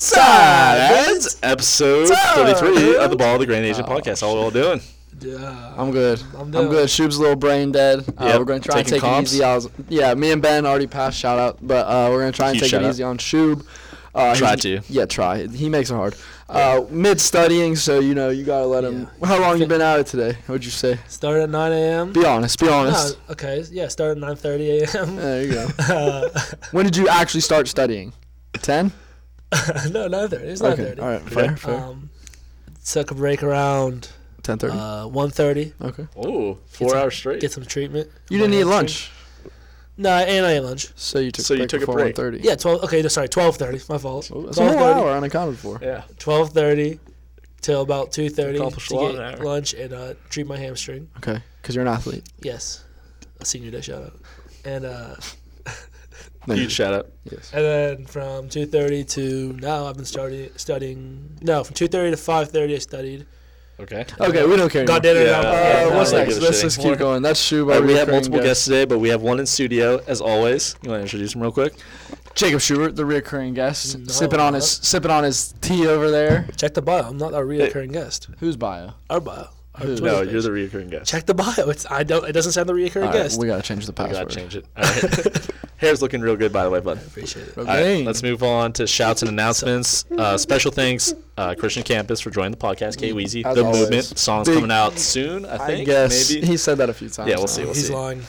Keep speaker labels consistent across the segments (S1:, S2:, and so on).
S1: Sides. Episode 33 of the Ball of the Grand Asian podcast. How we all doing?
S2: Yeah.
S3: I'm good.
S2: I'm
S3: I'm,
S2: down.
S3: good. Shoob's a little brain dead. Uh,
S1: Yep.
S3: We're gonna try
S1: Taking
S3: and take
S1: comps?
S3: it easy. I was, yeah, me and Ben already passed shout out, but uh, we're gonna try and
S1: Huge
S3: take
S1: shout
S3: it
S1: out.
S3: easy on Shoob. Uh,
S1: Try
S3: he's-
S1: to.
S3: Yeah, try. He makes it hard. Uh, Mid studying, so you know you gotta let him. How long you been out of today? What'd you say?
S2: Start at 9 a.m.
S3: Be honest. Be
S2: No,
S3: honest.
S2: okay, yeah, start at 9:30 a.m.
S3: There you go.
S2: Uh,
S3: when did you actually start studying? Ten.
S2: no, 9:30. It's 9:30.
S3: Okay. All right. Fair.
S1: Yeah.
S3: Fair.
S2: Um, took a break around
S3: Ten thirty.
S2: uh, 1:30.
S3: okay.
S1: Oh, four
S2: some-
S1: hours straight.
S2: Get some treatment.
S3: You didn't
S2: Went
S3: eat
S2: on
S3: lunch,
S2: treatment. No, and I ate lunch.
S3: so you took.
S1: So
S3: a
S1: you
S3: break
S1: took a
S3: before
S1: break.
S3: 1:30.
S2: Yeah, 12. Okay, no, sorry, 12:30. My fault.
S3: Well, That's a whole
S2: 12:30.
S3: hour unaccounted for.
S1: yeah.
S2: 12:30 till about 2:30
S1: Accomplished a lot in
S2: to
S1: an
S2: get
S1: hour.
S2: lunch and uh, treat my hamstring.
S3: Okay, because you're an athlete.
S2: Yes, a senior day shout out. And uh,
S3: No, you-
S1: Huge shout out.
S3: Yes.
S2: And then from 2:30 to now, I've been studying. Studying no, from 2:30 to 5:30, I studied.
S1: Okay.
S3: Okay, we don't care.
S2: Got
S3: anymore.
S2: dinner.
S1: Yeah.
S2: and
S1: Uh,
S2: I'm-
S3: Uh,
S1: Yeah,
S3: what's
S1: no,
S3: next?
S1: give a
S3: Let's
S1: shit.
S3: just keep going. That's Shoe by
S1: All right, we have
S3: reoccurring
S1: multiple
S3: guest.
S1: guests today, but we have one in studio as always. You want to introduce him real quick?
S3: Jacob Schubert, the reoccurring guest,
S2: No.
S3: sipping on his sipping on his tea over there.
S2: Check the bio. I'm not our reoccurring guest.
S3: Who's bio?
S2: Our bio. Our
S3: Who?
S2: Twitter
S1: No,
S2: page.
S1: you're the recurring guest.
S2: Check the bio. It's I don't. It doesn't sound the reoccurring
S3: All right,
S2: guest.
S3: we gotta change the
S1: I gotta
S3: password.
S1: change it. All right. Hair's looking real good, by the way, bud.
S2: Appreciate it.
S1: All right,
S3: Okay.
S1: let's move on to shouts and announcements. Uh, special thanks, uh, Christian Campus, for joining the podcast. K Weezy,
S3: As
S1: The
S3: always.
S1: Movement. Song's
S3: Big-
S1: coming out soon, I
S3: I
S1: think.
S3: guess
S1: Maybe.
S3: he said that a few times.
S1: Yeah, we'll
S3: now.
S1: see.
S2: He's
S1: see.
S2: lying.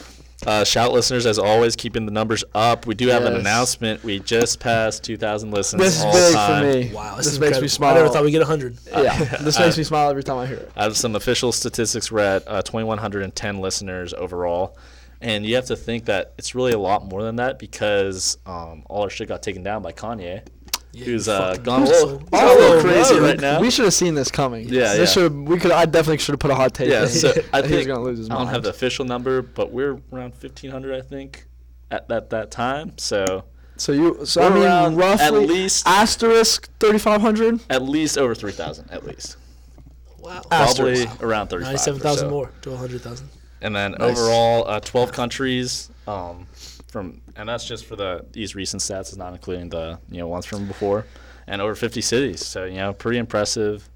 S1: Uh, shout listeners, as always, keeping the numbers up. We do have an
S3: Yes.
S1: announcement. We just passed 2,000 listens.
S3: This is
S1: all
S3: big
S1: time.
S3: for me.
S2: Wow,
S3: this,
S2: this, is
S3: makes
S2: incredible.
S3: me smile.
S2: I never thought we'd get 100.
S3: yeah, this
S1: I-
S3: makes me smile every time I hear it.
S1: Out of some official statistics, we're at uh, 2,110 listeners overall. And you have to think that it's really a lot more than that because um, all our shit got taken down by Kanye,
S2: Yeah,
S1: who's
S2: you
S1: uh,
S2: fucking
S1: gone a
S2: asshole.
S1: little, he's gone a little crazy right now.
S3: We should have seen this coming.
S1: Yeah,
S3: this
S1: yeah.
S3: should we could. I definitely should have put a hot take.
S1: Yeah,
S3: in.
S1: so I
S3: he was
S1: think
S3: gonna lose his
S1: I
S3: mind.
S1: don't have the official number, but we're around 1500, I think, at that that time. So
S3: So you, so
S1: We're
S3: I
S1: around
S3: mean, roughly
S1: at least-
S3: asterisk thirty five hundred.
S1: at least over 3000, at least,
S2: Wow.
S1: probably around 35. or
S2: 97,000
S1: so.
S2: more to 100,000.
S1: And then
S3: Nice.
S1: overall, uh, 12 countries. Um, from and that's just for the these recent stats, is not including the you know ones from before, and over 50 cities. So you know, pretty impressive,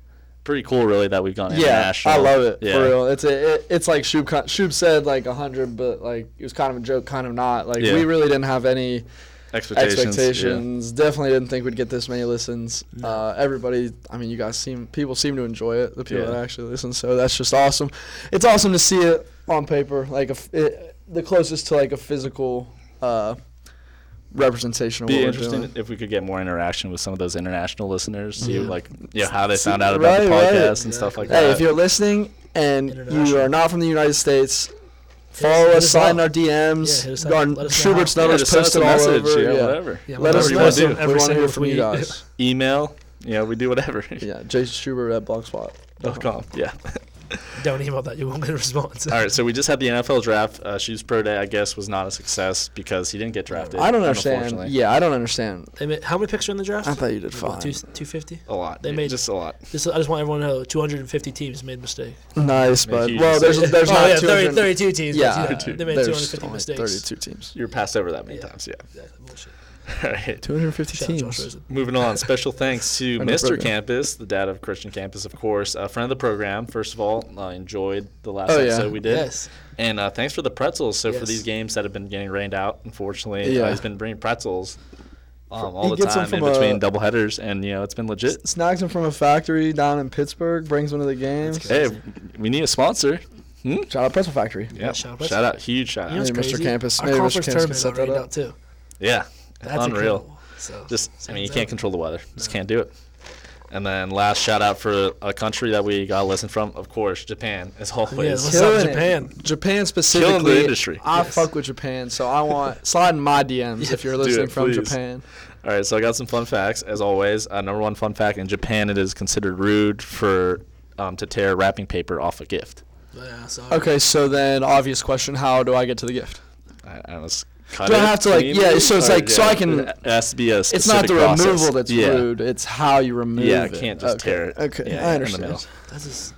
S1: pretty cool, really, that we've gone
S3: Yeah,
S1: international.
S3: I love it
S1: Yeah.
S3: for real. It's a, it, it's like Shub con- Shub said like hundred, but like it was kind of a joke, kind of not. Like
S1: Yeah.
S3: we really didn't have any
S1: Expectations. yeah.
S3: expectations. Definitely didn't think we'd get this many listens.
S1: Mm.
S3: Uh, everybody, I mean, you guys seem people seem to enjoy it. The people
S1: Yeah.
S3: that actually listen, so that's just awesome. It's awesome to see it on paper, like a f it, the closest to like a physical uh, representation of
S1: be
S3: what we're
S1: interesting
S3: doing. Mm-hmm.
S1: if we could get more interaction with some of those international listeners, see
S2: Yeah.
S1: like you know, how they
S3: See-
S1: found out about the
S3: right, right.
S1: podcast and stuff like
S3: Hey,
S1: that.
S3: if you're listening and you
S2: Uh, International.
S3: are not from the United States,
S2: Hit us-
S3: follow
S2: hit
S3: us,
S2: us
S3: sign
S2: up.
S3: our
S2: Yeah, hit
S3: DMs,
S2: us up.
S3: our
S2: Let us know
S3: Schubert's
S2: how.
S1: yeah,
S3: numbers
S1: just send us
S3: posted
S1: a
S3: all
S1: message,
S3: over.
S1: yeah,
S3: Yeah.
S1: whatever.
S2: Yeah,
S3: Let
S2: whatever
S3: us
S1: you
S3: know.
S1: wanna do.
S3: We
S2: Every
S3: want to hear
S2: single
S3: from you
S2: tweet.
S3: guys.
S1: Email, yeah, we do whatever.
S3: Yeah, Jason Schubert at Blogspot.
S1: Dot com, yeah.
S2: Don't email that. You won't get a response.
S1: All right, so we just had the NFL draft. Uh, Shoes Pro Day, I guess, was not a success because he didn't get drafted.
S3: I don't
S1: unfortunately.
S3: understand. Yeah, I don't understand.
S2: They made, how many picks are in the draft?
S3: I thought you did
S2: What,
S3: fine.
S2: two- 250?
S1: a lot.
S2: They
S1: They
S2: made-
S1: made just a lot.
S2: This, I just want everyone to know 250 teams made mistakes.
S3: Nice,
S1: Make
S3: but
S1: huge
S3: well, there's
S1: mistakes.
S3: there's
S2: oh,
S3: not
S2: yeah, 30,
S3: 200
S2: 32 teams.
S3: Yeah,
S2: Yeah,
S1: Thirty-two.
S2: they made
S3: there's
S2: 250
S3: only
S2: mistakes.
S3: 32 teams.
S1: You were passed over that many
S2: Yeah.
S1: times. Yeah.
S2: Exactly, bullshit.
S1: All right.
S3: 250
S2: Shout out Josh
S3: teams.
S2: Rosen.
S1: Moving on. Special thanks to
S3: Friend of
S1: Mr.
S3: the program.
S1: Campus, the dad of Christian Campus, of course, a friend of the program. First of all, uh, enjoyed the last
S3: Oh, yeah.
S1: episode we did.
S2: Yes.
S1: And uh, thanks for the pretzels. So for
S2: Yes.
S1: these games that have been getting rained out, unfortunately, uh,
S3: Yeah.
S1: he's been bringing pretzels um, all
S3: he
S1: the
S3: gets
S1: time
S3: 'em
S1: in
S3: from a-
S1: between double headers, and you know it's been legit.
S3: Snacks them from a factory down in Pittsburgh. Brings them to the games.
S1: Hey, we need a sponsor. Hmm?
S3: Shout out Pretzel Factory.
S1: Yeah,
S2: shout
S1: shout
S2: out.
S1: out, huge shout
S2: You
S1: out.
S2: know what's
S3: Maybe Mr.
S2: crazy?
S3: Campus-
S2: Our
S3: maybe Mr.
S2: conference
S3: Campus
S2: tournament
S3: set
S2: got
S3: that
S2: rained
S3: up.
S2: out too.
S1: Yeah,
S2: That's
S1: unreal.
S2: incredible. So,
S1: Just, I mean, you
S2: stands
S1: can't
S2: out.
S1: control the weather. Just can't do it. And then last shout out for a country that we got a lesson from, of course, Japan, as
S2: Yeah,
S1: always.
S2: what's up,
S3: Killing it.
S2: Japan?
S3: Japan specifically.
S1: Killing the industry.
S3: I
S2: Yes.
S3: fuck with Japan, so I want slide in my DMs if you're
S1: do it,
S3: listening from
S1: please.
S3: Japan.
S1: All right, so I got some fun facts, as always. Uh, number one fun fact in Japan, it is considered rude for um, to tear wrapping paper off a gift.
S2: Yeah, sorry.
S3: Okay, so then obvious question: How do I get to the gift?
S1: I, I was cut
S3: Do I
S1: it
S3: have to, like,
S1: cleanly,
S3: yeah, so it's
S1: or,
S3: like- so I can-
S1: It has to be a specific
S3: It's not the
S1: process.
S3: removal that's
S1: yeah.
S3: rude; it's how you remove
S1: Yeah, I
S3: it.
S1: can't just
S3: okay.
S1: tear it.
S3: Okay,
S1: Yeah, in
S3: I
S1: the
S3: understand.
S1: middle.
S2: That's just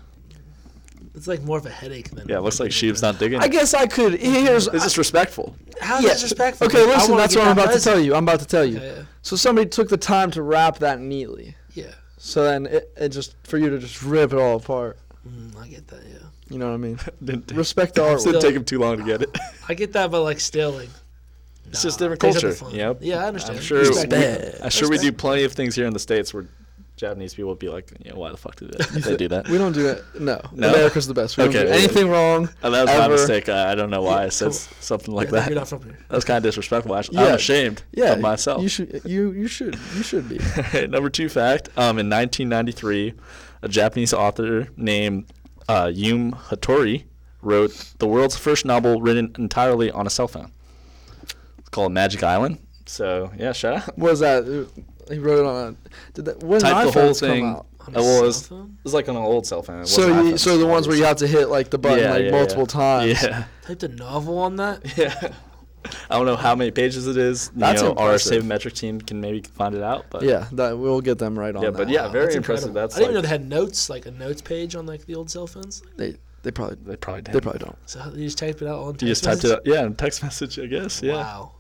S2: It's like more of a headache than.
S1: Yeah, it looks like Sheeb's not digging.
S3: I guess I could. Here's
S1: It's disrespectful.
S2: How
S3: Yeah.
S2: disrespectful.
S3: okay.
S2: Like, I
S3: Listen,
S2: wanna
S3: that's
S2: get
S3: what I'm
S2: that
S3: about to
S2: present.
S3: tell you. I'm about to tell you.
S2: Okay,
S3: So somebody took the time to wrap that neatly.
S2: yeah, yeah.
S3: So then it, it just for you to just rip it all apart.
S2: Mm, I get that. Yeah,
S3: You know what I mean?
S1: Didn't take,
S3: Respect the artwork.
S2: Still-
S1: didn't take him too long to get it.
S2: I get that, but like still, like
S1: It's just
S2: nah,
S1: different
S2: things are
S1: culture,
S2: fun.
S1: yep.
S2: Yeah, I understand.
S1: I'm sure. We,
S2: Respect that.
S1: I'm sure we do
S2: Respect.
S1: plenty of things here in the states where Japanese people would be like, you know, why the fuck did they, they do that?
S3: We don't do it. No.
S1: No.
S3: America's the best. We
S1: Okay.
S3: don't do anything wrong.
S1: Uh, that was my
S3: Ever.
S1: mistake. I, I don't know why
S2: Yeah,
S1: I said
S2: come
S1: s- something like
S2: Yeah,
S1: that.
S2: You're not from here.
S1: That was kind of disrespectful. Actually.
S3: Yeah.
S1: I'm ashamed
S3: Yeah.
S1: of myself.
S3: You should. You you should. You should be.
S1: Number two fact: um, In 1993, a Japanese author named uh, Yum Hattori wrote the world's first novel written entirely on a cell phone. It's called Magic Island. So yeah, shout out.
S3: What was that? He wrote it on. A, did that? When
S1: Typed
S3: did
S1: the whole
S3: iPhones come
S1: thing.
S3: out?
S1: It
S2: On a cell
S1: was it
S2: phone?
S1: was like on an old cell phone. It
S3: So
S1: wasn't
S3: you,
S1: iPhones.
S3: so the ones where you have to hit like the button
S1: Yeah,
S3: like
S1: yeah,
S3: multiple
S1: yeah.
S3: times.
S1: Yeah,
S2: Typed a novel on that.
S1: yeah. I don't know how many pages it is. You
S3: That's
S1: know, our
S3: impressive.
S1: sabermetric team can maybe find it out. But
S3: Yeah, that we'll get them right on.
S1: Yeah,
S3: that.
S1: but yeah,
S2: Wow,
S1: very
S2: that's
S1: impressive.
S2: incredible.
S1: That's
S2: I didn't
S1: like-
S2: even know they had notes, like a notes page on like the old cell phones.
S3: they they probably
S1: they probably did.
S3: they probably don't.
S2: So you just typed it out on. Text
S1: you just typed it
S2: message?
S1: up. Yeah, in text message, I guess. Yeah.
S2: Wow.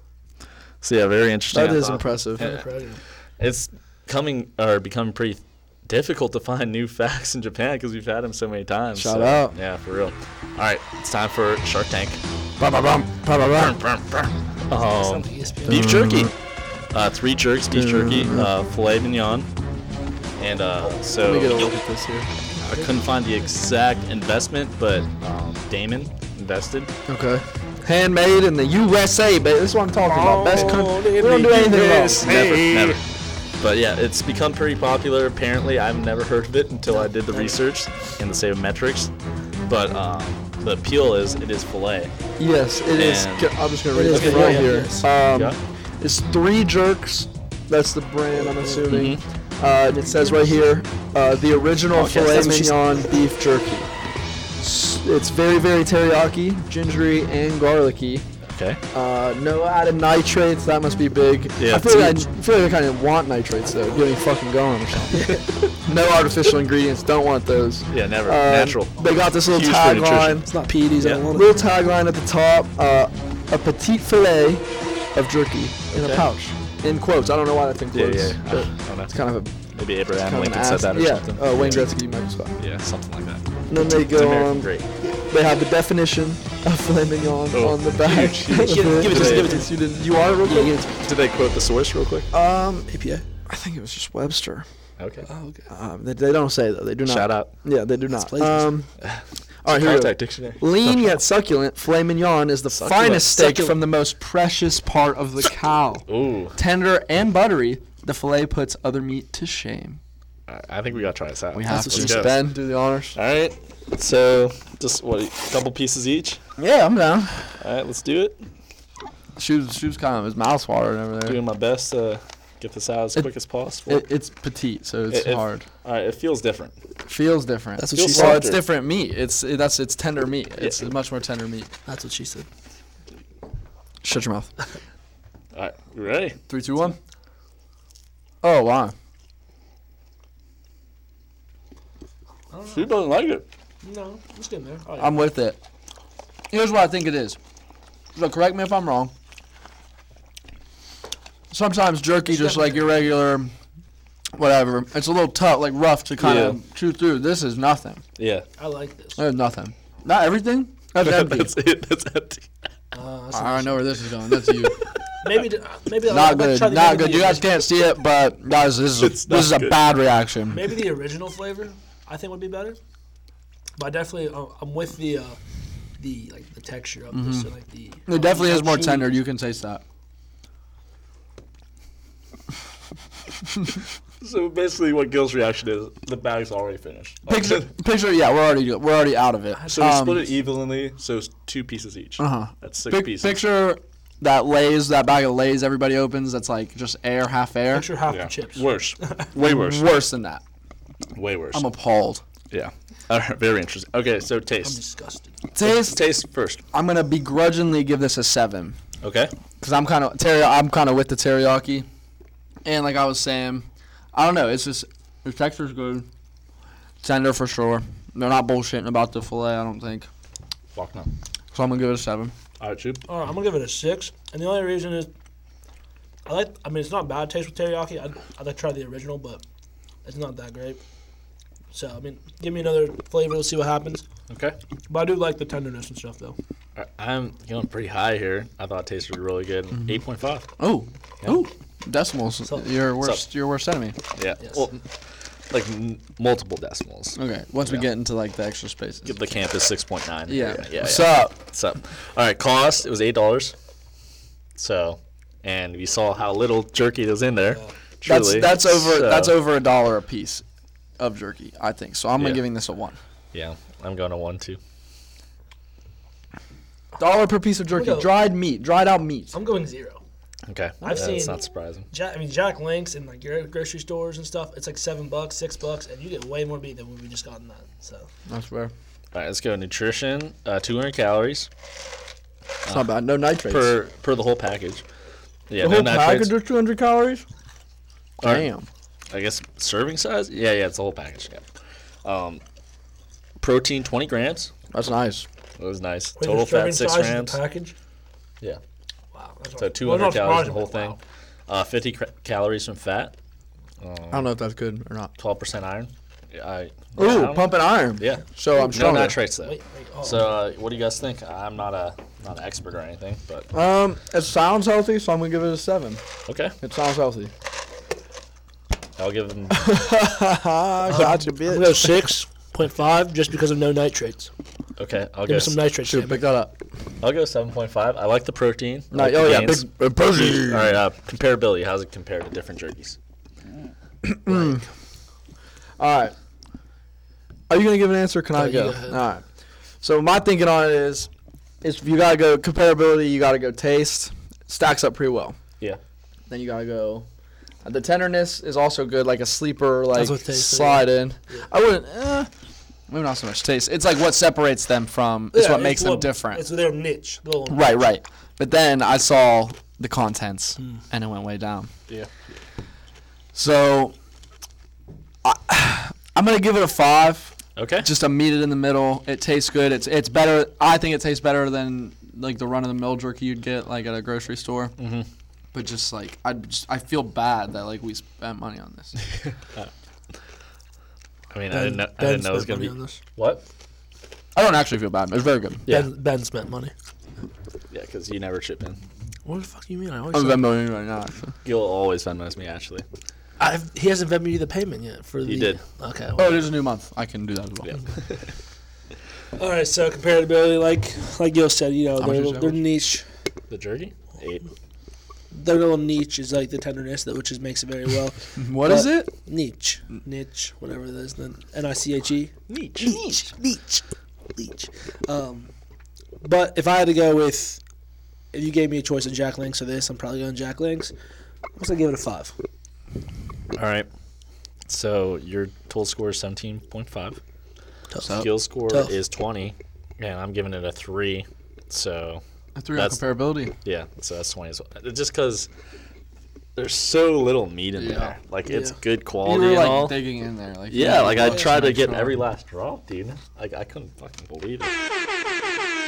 S1: So yeah, very interesting.
S3: That
S1: I
S3: is
S1: thought.
S3: impressive.
S2: What a
S1: Yeah. Um,
S2: program.
S1: It's coming or becoming pretty difficult to find new facts in Japan because we've had them so many times.
S3: Shout
S1: so,
S3: out.
S1: Yeah, for real. All right, it's time for Shark Tank.
S3: Bum, bum, bum, bum, bum, bum.
S1: Um,
S2: Sounds like E ESPN.
S1: beef jerky. Uh, three jerks, beef jerky, uh, filet mignon, and uh, so
S3: Let me get a look at this here.
S1: I couldn't find the exact investment, but um, Damon invested.
S3: Okay. Handmade in the USA, baby. This is what I'm talking about. Best country. We don't do anything wrong.
S1: Never, never. But yeah, it's become pretty popular. Apparently, I've never heard of it until I did the research and the same metrics. But um, the appeal is it is filet.
S3: Yes, it is.
S1: And-
S3: Go- I'm just gonna
S2: It
S3: read
S2: is
S3: this
S2: good,
S3: right
S2: yeah,
S3: here.
S2: yes.
S3: Um,
S1: Yeah.
S3: It's three jerks. That's the brand I'm assuming.
S1: Mm-hmm.
S3: Uh, and it says right here, uh, the original
S1: Oh, yes,
S3: filet
S1: that's what she
S3: mignon beef jerky. S- It's very, very teriyaki, gingery, and garlicky.
S1: Okay.
S3: Uh, no added nitrates. That must be big.
S1: Yeah,
S3: I feel like I,
S1: dude.
S3: I feel like I kind of want nitrates though. Get me fucking going or something. no artificial ingredients. Don't want those.
S1: Yeah, never.
S3: Um,
S1: Natural.
S3: They got this little
S1: Huge for nutrition.
S3: tagline. It's not E PEDs.
S1: I Yeah. want it.
S3: Little tagline at the top. Uh, a petite fillet of jerky in
S1: Okay.
S3: a pouch. In quotes. I don't know why that's in
S1: Yeah,
S3: quotes.
S1: yeah. I
S3: but
S1: don't know.
S3: It's kind of a
S1: Maybe
S3: kind
S1: Abraham
S3: of an
S1: Lincoln
S3: ass-
S1: said that or
S3: yeah.
S1: something.
S3: Uh, Wayne Gretzky, Michael Scott.
S1: Yeah, something like that.
S3: And then they
S1: It's
S3: go
S1: American
S3: on.
S1: great.
S3: They have the definition of filet mignon
S1: Oh,
S3: on the back.
S1: huge, huge. Give it-
S2: give it to us, give it to
S3: us. You, didn't- you want it real quick?
S1: Did they quote the source real quick?
S3: Um,
S2: APA.
S3: I think it was just Webster.
S1: Okay.
S2: Oh, okay.
S3: Um, they, they don't say though. They do not.
S1: Shout out.
S3: Yeah, they do not.
S2: Please, please.
S3: Um, all right, here we go.
S1: Contact dictionary.
S3: Lean yet succulent, filet mignon is the
S1: Succulent.
S3: finest steak
S2: Succulent.
S3: from the most precious part of the cow.
S1: Ooh,
S3: Tender and buttery, the filet puts other meat to shame.
S1: I I think we gotta try this out.
S3: We have
S1: Let's
S3: to
S1: go.
S3: Ben do the honors.
S1: All right. So just what a couple pieces each.
S3: Yeah, I'm down.
S1: All right, let's do it.
S3: She was, she was kind of his mouth's watering over there.
S1: Doing my best to get this out as
S3: It-
S1: quick as possible.
S3: It, it's petite, so it's
S1: It- it-
S3: hard.
S1: All right, it feels different.
S3: Feels different.
S2: That's what
S1: Feels
S2: she
S3: well,
S2: said.
S3: it's different meat. It's it, that's it's tender meat. It's
S1: Yeah.
S3: much more tender meat.
S2: That's what she said.
S3: Shut your mouth.
S1: All right, you ready?
S3: Three, two, one. Oh wow.
S1: She doesn't like it.
S2: No, it's getting there. All right.
S3: I'm with it. Here's what I think it is. So correct me if I'm wrong. Sometimes jerky, just like your regular, whatever, it's a little tough, like rough to kind of chew through. This is nothing.
S1: Yeah.
S2: I like this.
S3: There's nothing. Not everything. That's empty.
S1: That's it. That's empty.
S2: Uh, that's
S3: I know where this is going. That's you.
S2: Maybe, d- maybe I'll- I'll
S3: not
S2: try
S3: good.
S2: the-
S3: Not
S2: maybe
S3: good.
S2: the
S3: You guys
S2: orig-
S3: can't see it, but guys, this is a,
S1: It's
S3: this is a
S1: not good.
S3: bad reaction.
S2: Maybe the original flavor, I think, would be better. But I definitely, uh, I'm with the, uh, the like the texture of this. And, like the,
S3: Mm-hmm. It definitely is more
S2: chewy-
S3: tender. You can taste that.
S1: So basically, what Gil's reaction is, the bag's already finished. Like,
S3: Picture, picture. Yeah, we're already we're already out of it.
S1: So we
S3: Um,
S1: split it evenly, so it's two pieces each.
S3: Uh-huh.
S1: That's six
S3: Pic-
S1: pieces.
S3: Picture that lays, that bag of lays everybody opens. That's like just air, half air.
S2: Picture half
S1: Yeah.
S2: the chips.
S1: Worse. Way worse.
S3: Worse than that.
S1: Way worse.
S3: I'm appalled.
S1: yeah. All right, very interesting. Okay, so
S2: I'm
S1: taste.
S2: disgusted.
S3: Taste.
S1: Taste first.
S3: I'm gonna begrudgingly give this a seven
S1: Okay.
S3: because I'm kind of teri- I'm kind of with the teriyaki, and like I was saying, I don't know. It's just the texture's good, tender for sure. They're not bullshitting about the fillet, I don't think.
S1: Fuck no.
S3: So I'm gonna give it a seven.
S1: All right, Chub.
S2: All right, I'm gonna give it a six, and the only reason is, I like. I mean, it's not bad taste with teriyaki. I'd, I'd like to try the original, but it's not that great. So I mean, give me another flavor. We'll see what happens.
S1: Okay.
S2: But I do like the tenderness and stuff, though.
S1: All right, I'm going pretty high here. I thought it tasted really good. 8.5.
S3: Oh,
S1: Yeah.
S3: oh, decimals.
S2: So-
S3: your worst, your worst enemy.
S1: Yeah.
S2: Yes.
S1: Well, like m- multiple decimals.
S3: Okay, once
S1: Yeah.
S3: we get into like the extra spaces.
S1: Give the camp is 6.9.
S3: yeah.
S1: Yeah. yeah.
S3: What's up?
S1: So, all right, cost it was eight dollars. So, and we saw how little jerky was in there.
S3: That's
S1: Truly.
S3: that's over
S1: So,
S3: that's over a dollar a piece of jerky, I think. So I'm
S1: Yeah.
S3: gonna giving this a one.
S1: Yeah, I'm going to one too.
S3: Dollar per piece of jerky,
S2: Look at-
S3: dried meat, dried out meat.
S2: I'm going zero.
S1: Okay,
S2: I've
S1: that's
S2: seen-
S1: not surprising.
S2: Jack, I mean Jack Links and like your grocery stores and stuff. It's like seven bucks, six bucks, and you get way more meat than what we just got in that. So
S3: I swear,
S1: All right, let's go nutrition. Uh, 200 calories
S3: it's not bad. No nitrates.
S1: per per the whole package. Yeah,
S3: the
S1: no
S3: whole
S1: nitrates.
S3: package is 200 calories.
S1: All right,
S3: Damn.
S1: I guess serving size. Yeah, yeah, it's the whole package. Yeah. Um, protein 20 grams.
S3: That's nice.
S1: That was nice.
S2: Wait,
S1: Total
S2: there's serving
S1: fat six
S2: size in the
S1: grams.
S2: package.
S1: Yeah.
S2: Wow. that's
S1: So
S2: not-
S1: 200
S2: well, not
S1: calories the
S2: surprising,
S1: whole
S2: but
S1: thing.
S2: wow.
S1: Uh, 50 cra- calories from fat.
S3: I don't know if that's good or not.
S1: 12% iron. Yeah, I, I
S3: Ooh,
S1: don't-
S3: pumping iron.
S1: Yeah.
S3: So I'm
S1: No
S3: stronger.
S1: nitrates though.
S2: Wait, wait. Oh,
S1: So uh, what do you guys think? I'm not a not an expert or anything, but
S3: Um, it sounds healthy, so I'm gonna give it a seven.
S1: okay,
S3: It sounds healthy.
S1: I'll give them.
S3: Uh, I got you,
S2: I'm
S3: Ah, bitch.
S2: gonna go six point five just because of no nitrates.
S1: Okay, I'll
S2: Give
S1: go.
S2: me some nitrates.
S3: Shoot,
S2: damn
S3: pick that up.
S1: I'll go 7.5. I like the protein. I
S3: No,
S1: like
S3: oh
S1: the
S3: yeah,
S1: gains.
S3: big uh, protein.
S1: All right, uh, comparability. How's it compared to different jerkies?
S3: All right. Are you gonna give an answer? Or can I
S2: you
S3: go?
S2: go ahead.
S3: All right. So my thinking on it is, is you gotta go comparability. You gotta go taste. Stacks up pretty well.
S1: Yeah.
S3: Then you gotta go. uh, The tenderness is also good, like a sleeper, like
S2: what taste,
S3: slide in. I wouldn't. Eh, maybe not so much taste. It's like what separates them from. It's
S2: Yeah,
S3: what makes them
S2: what-
S3: different.
S2: It's their niche. the little-
S3: Right, right. But then I saw the contents,
S2: Hmm.
S3: and it went way down.
S1: Yeah.
S3: So I, I'm gonna give it a five.
S1: Okay.
S3: Just a meat it in the middle. It tastes good. It's it's better. I think it tastes better than like the run of the mill jerky you'd get like at a grocery store. Mm-hmm. But just like I just I feel bad that like we spent money on this.
S1: I mean, I
S2: Ben-
S1: didn't know. I
S2: Ben
S1: didn't know it was
S2: spent
S1: gonna
S2: money
S1: be
S2: on this.
S1: what?
S3: I don't actually feel bad. It's very good.
S1: Yeah.
S2: Ben, ben spent money.
S1: Yeah, because you never chip in.
S2: What the fuck do you mean? I always.
S3: I'm
S2: send-
S3: Venmoing you right now. Actually.
S1: You'll always Venmo's me actually.
S2: I've, he hasn't Venmo you the payment yet for the.
S1: You did.
S2: Okay.
S3: Oh, it is a new month. I can do that as well.
S1: Yeah.
S2: All right. So comparability, like like Gil said, you know,
S3: How much is
S2: their
S3: that
S2: their
S3: one?
S2: niche,
S1: The jerky. Eight.
S2: their little niche is like the tenderness that which is makes it very well.
S3: Mm-hmm. What is it?
S2: niche, niche, whatever it is, then N I C H E.
S1: Neat.
S2: Leech, leech, leech. Um, but if I had to go with, if you gave me a choice of Jack Links or this, I'm probably going Jack Links. I'm gonna give it a five.
S1: All right. So your total score is 17.5.
S3: Up.
S1: Skill score
S2: Tough.
S1: is 20, and I'm giving it a three. So
S3: I threw out
S1: That's-
S3: comparability.
S1: yeah, so that's 20 as well. Just because there's so little meat in
S3: Yeah.
S1: there, like it's
S2: Yeah.
S1: good
S3: You
S1: quality
S3: were
S1: and all.
S3: like digging in there. Like
S1: yeah, like I
S3: just
S1: tried to
S3: make
S1: get
S3: sure.
S1: every last drop, dude. Like I couldn't fucking believe it.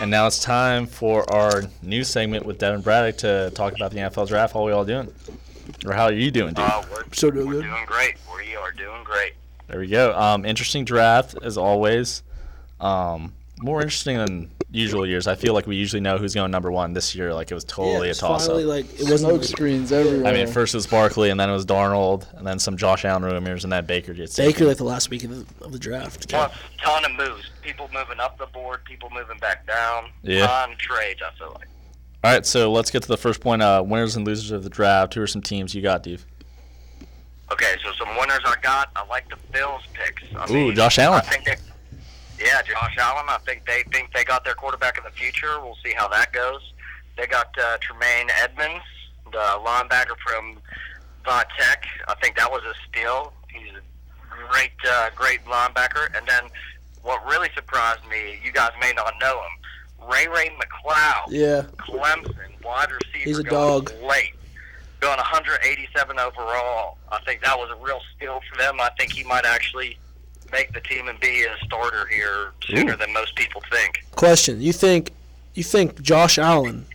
S1: And now it's time for our new segment with Devin Braddock to talk about the NFL draft. How we all doing? Or how are you doing, dude?
S4: Uh, we're,
S2: So doing
S4: we're
S2: good.
S4: doing great. We are doing great.
S1: There we go. Um, interesting draft as always. Um, more interesting than usual years. I feel like we usually know who's going number one this year. Like it was totally
S2: it
S1: a
S2: was
S1: toss
S2: finally,
S1: up.
S2: like uh, it wasn't.
S5: Smoke
S2: like-
S5: screens everywhere.
S1: I mean, first it was Barkley, and then it was Darnold, and then some Josh Allen rumors, and then Baker gets
S2: Baker
S1: taken.
S2: like the last week of the, of the draft.
S4: Plus, ton of moves. People moving up the board. People moving back down.
S1: Yeah.
S4: Ton of trades. I feel like.
S1: All right, so let's get to the first point. Uh, winners and losers of the draft. Who are some teams you got, Dave?
S4: Okay, so some winners I got. I like the Bills picks. I
S1: Ooh,
S4: mean,
S1: Josh Allen.
S4: I think they, yeah, Josh Allen. I think they think they got their quarterback in the future. We'll see how that goes. They got uh, Tremaine Edmonds, the linebacker from Va Tech. I think that was a steal. He's a great, uh, great linebacker. And then what really surprised me, you guys may not know him, Ray Ray McLeod.
S2: Yeah.
S4: Clemson wide receiver.
S2: He's a
S4: going
S2: dog.
S4: Late, going 187 overall. I think that was a real steal for them. I think he might actually make the team and be a starter here sooner than most people think.
S2: Question: You think you think Josh Allen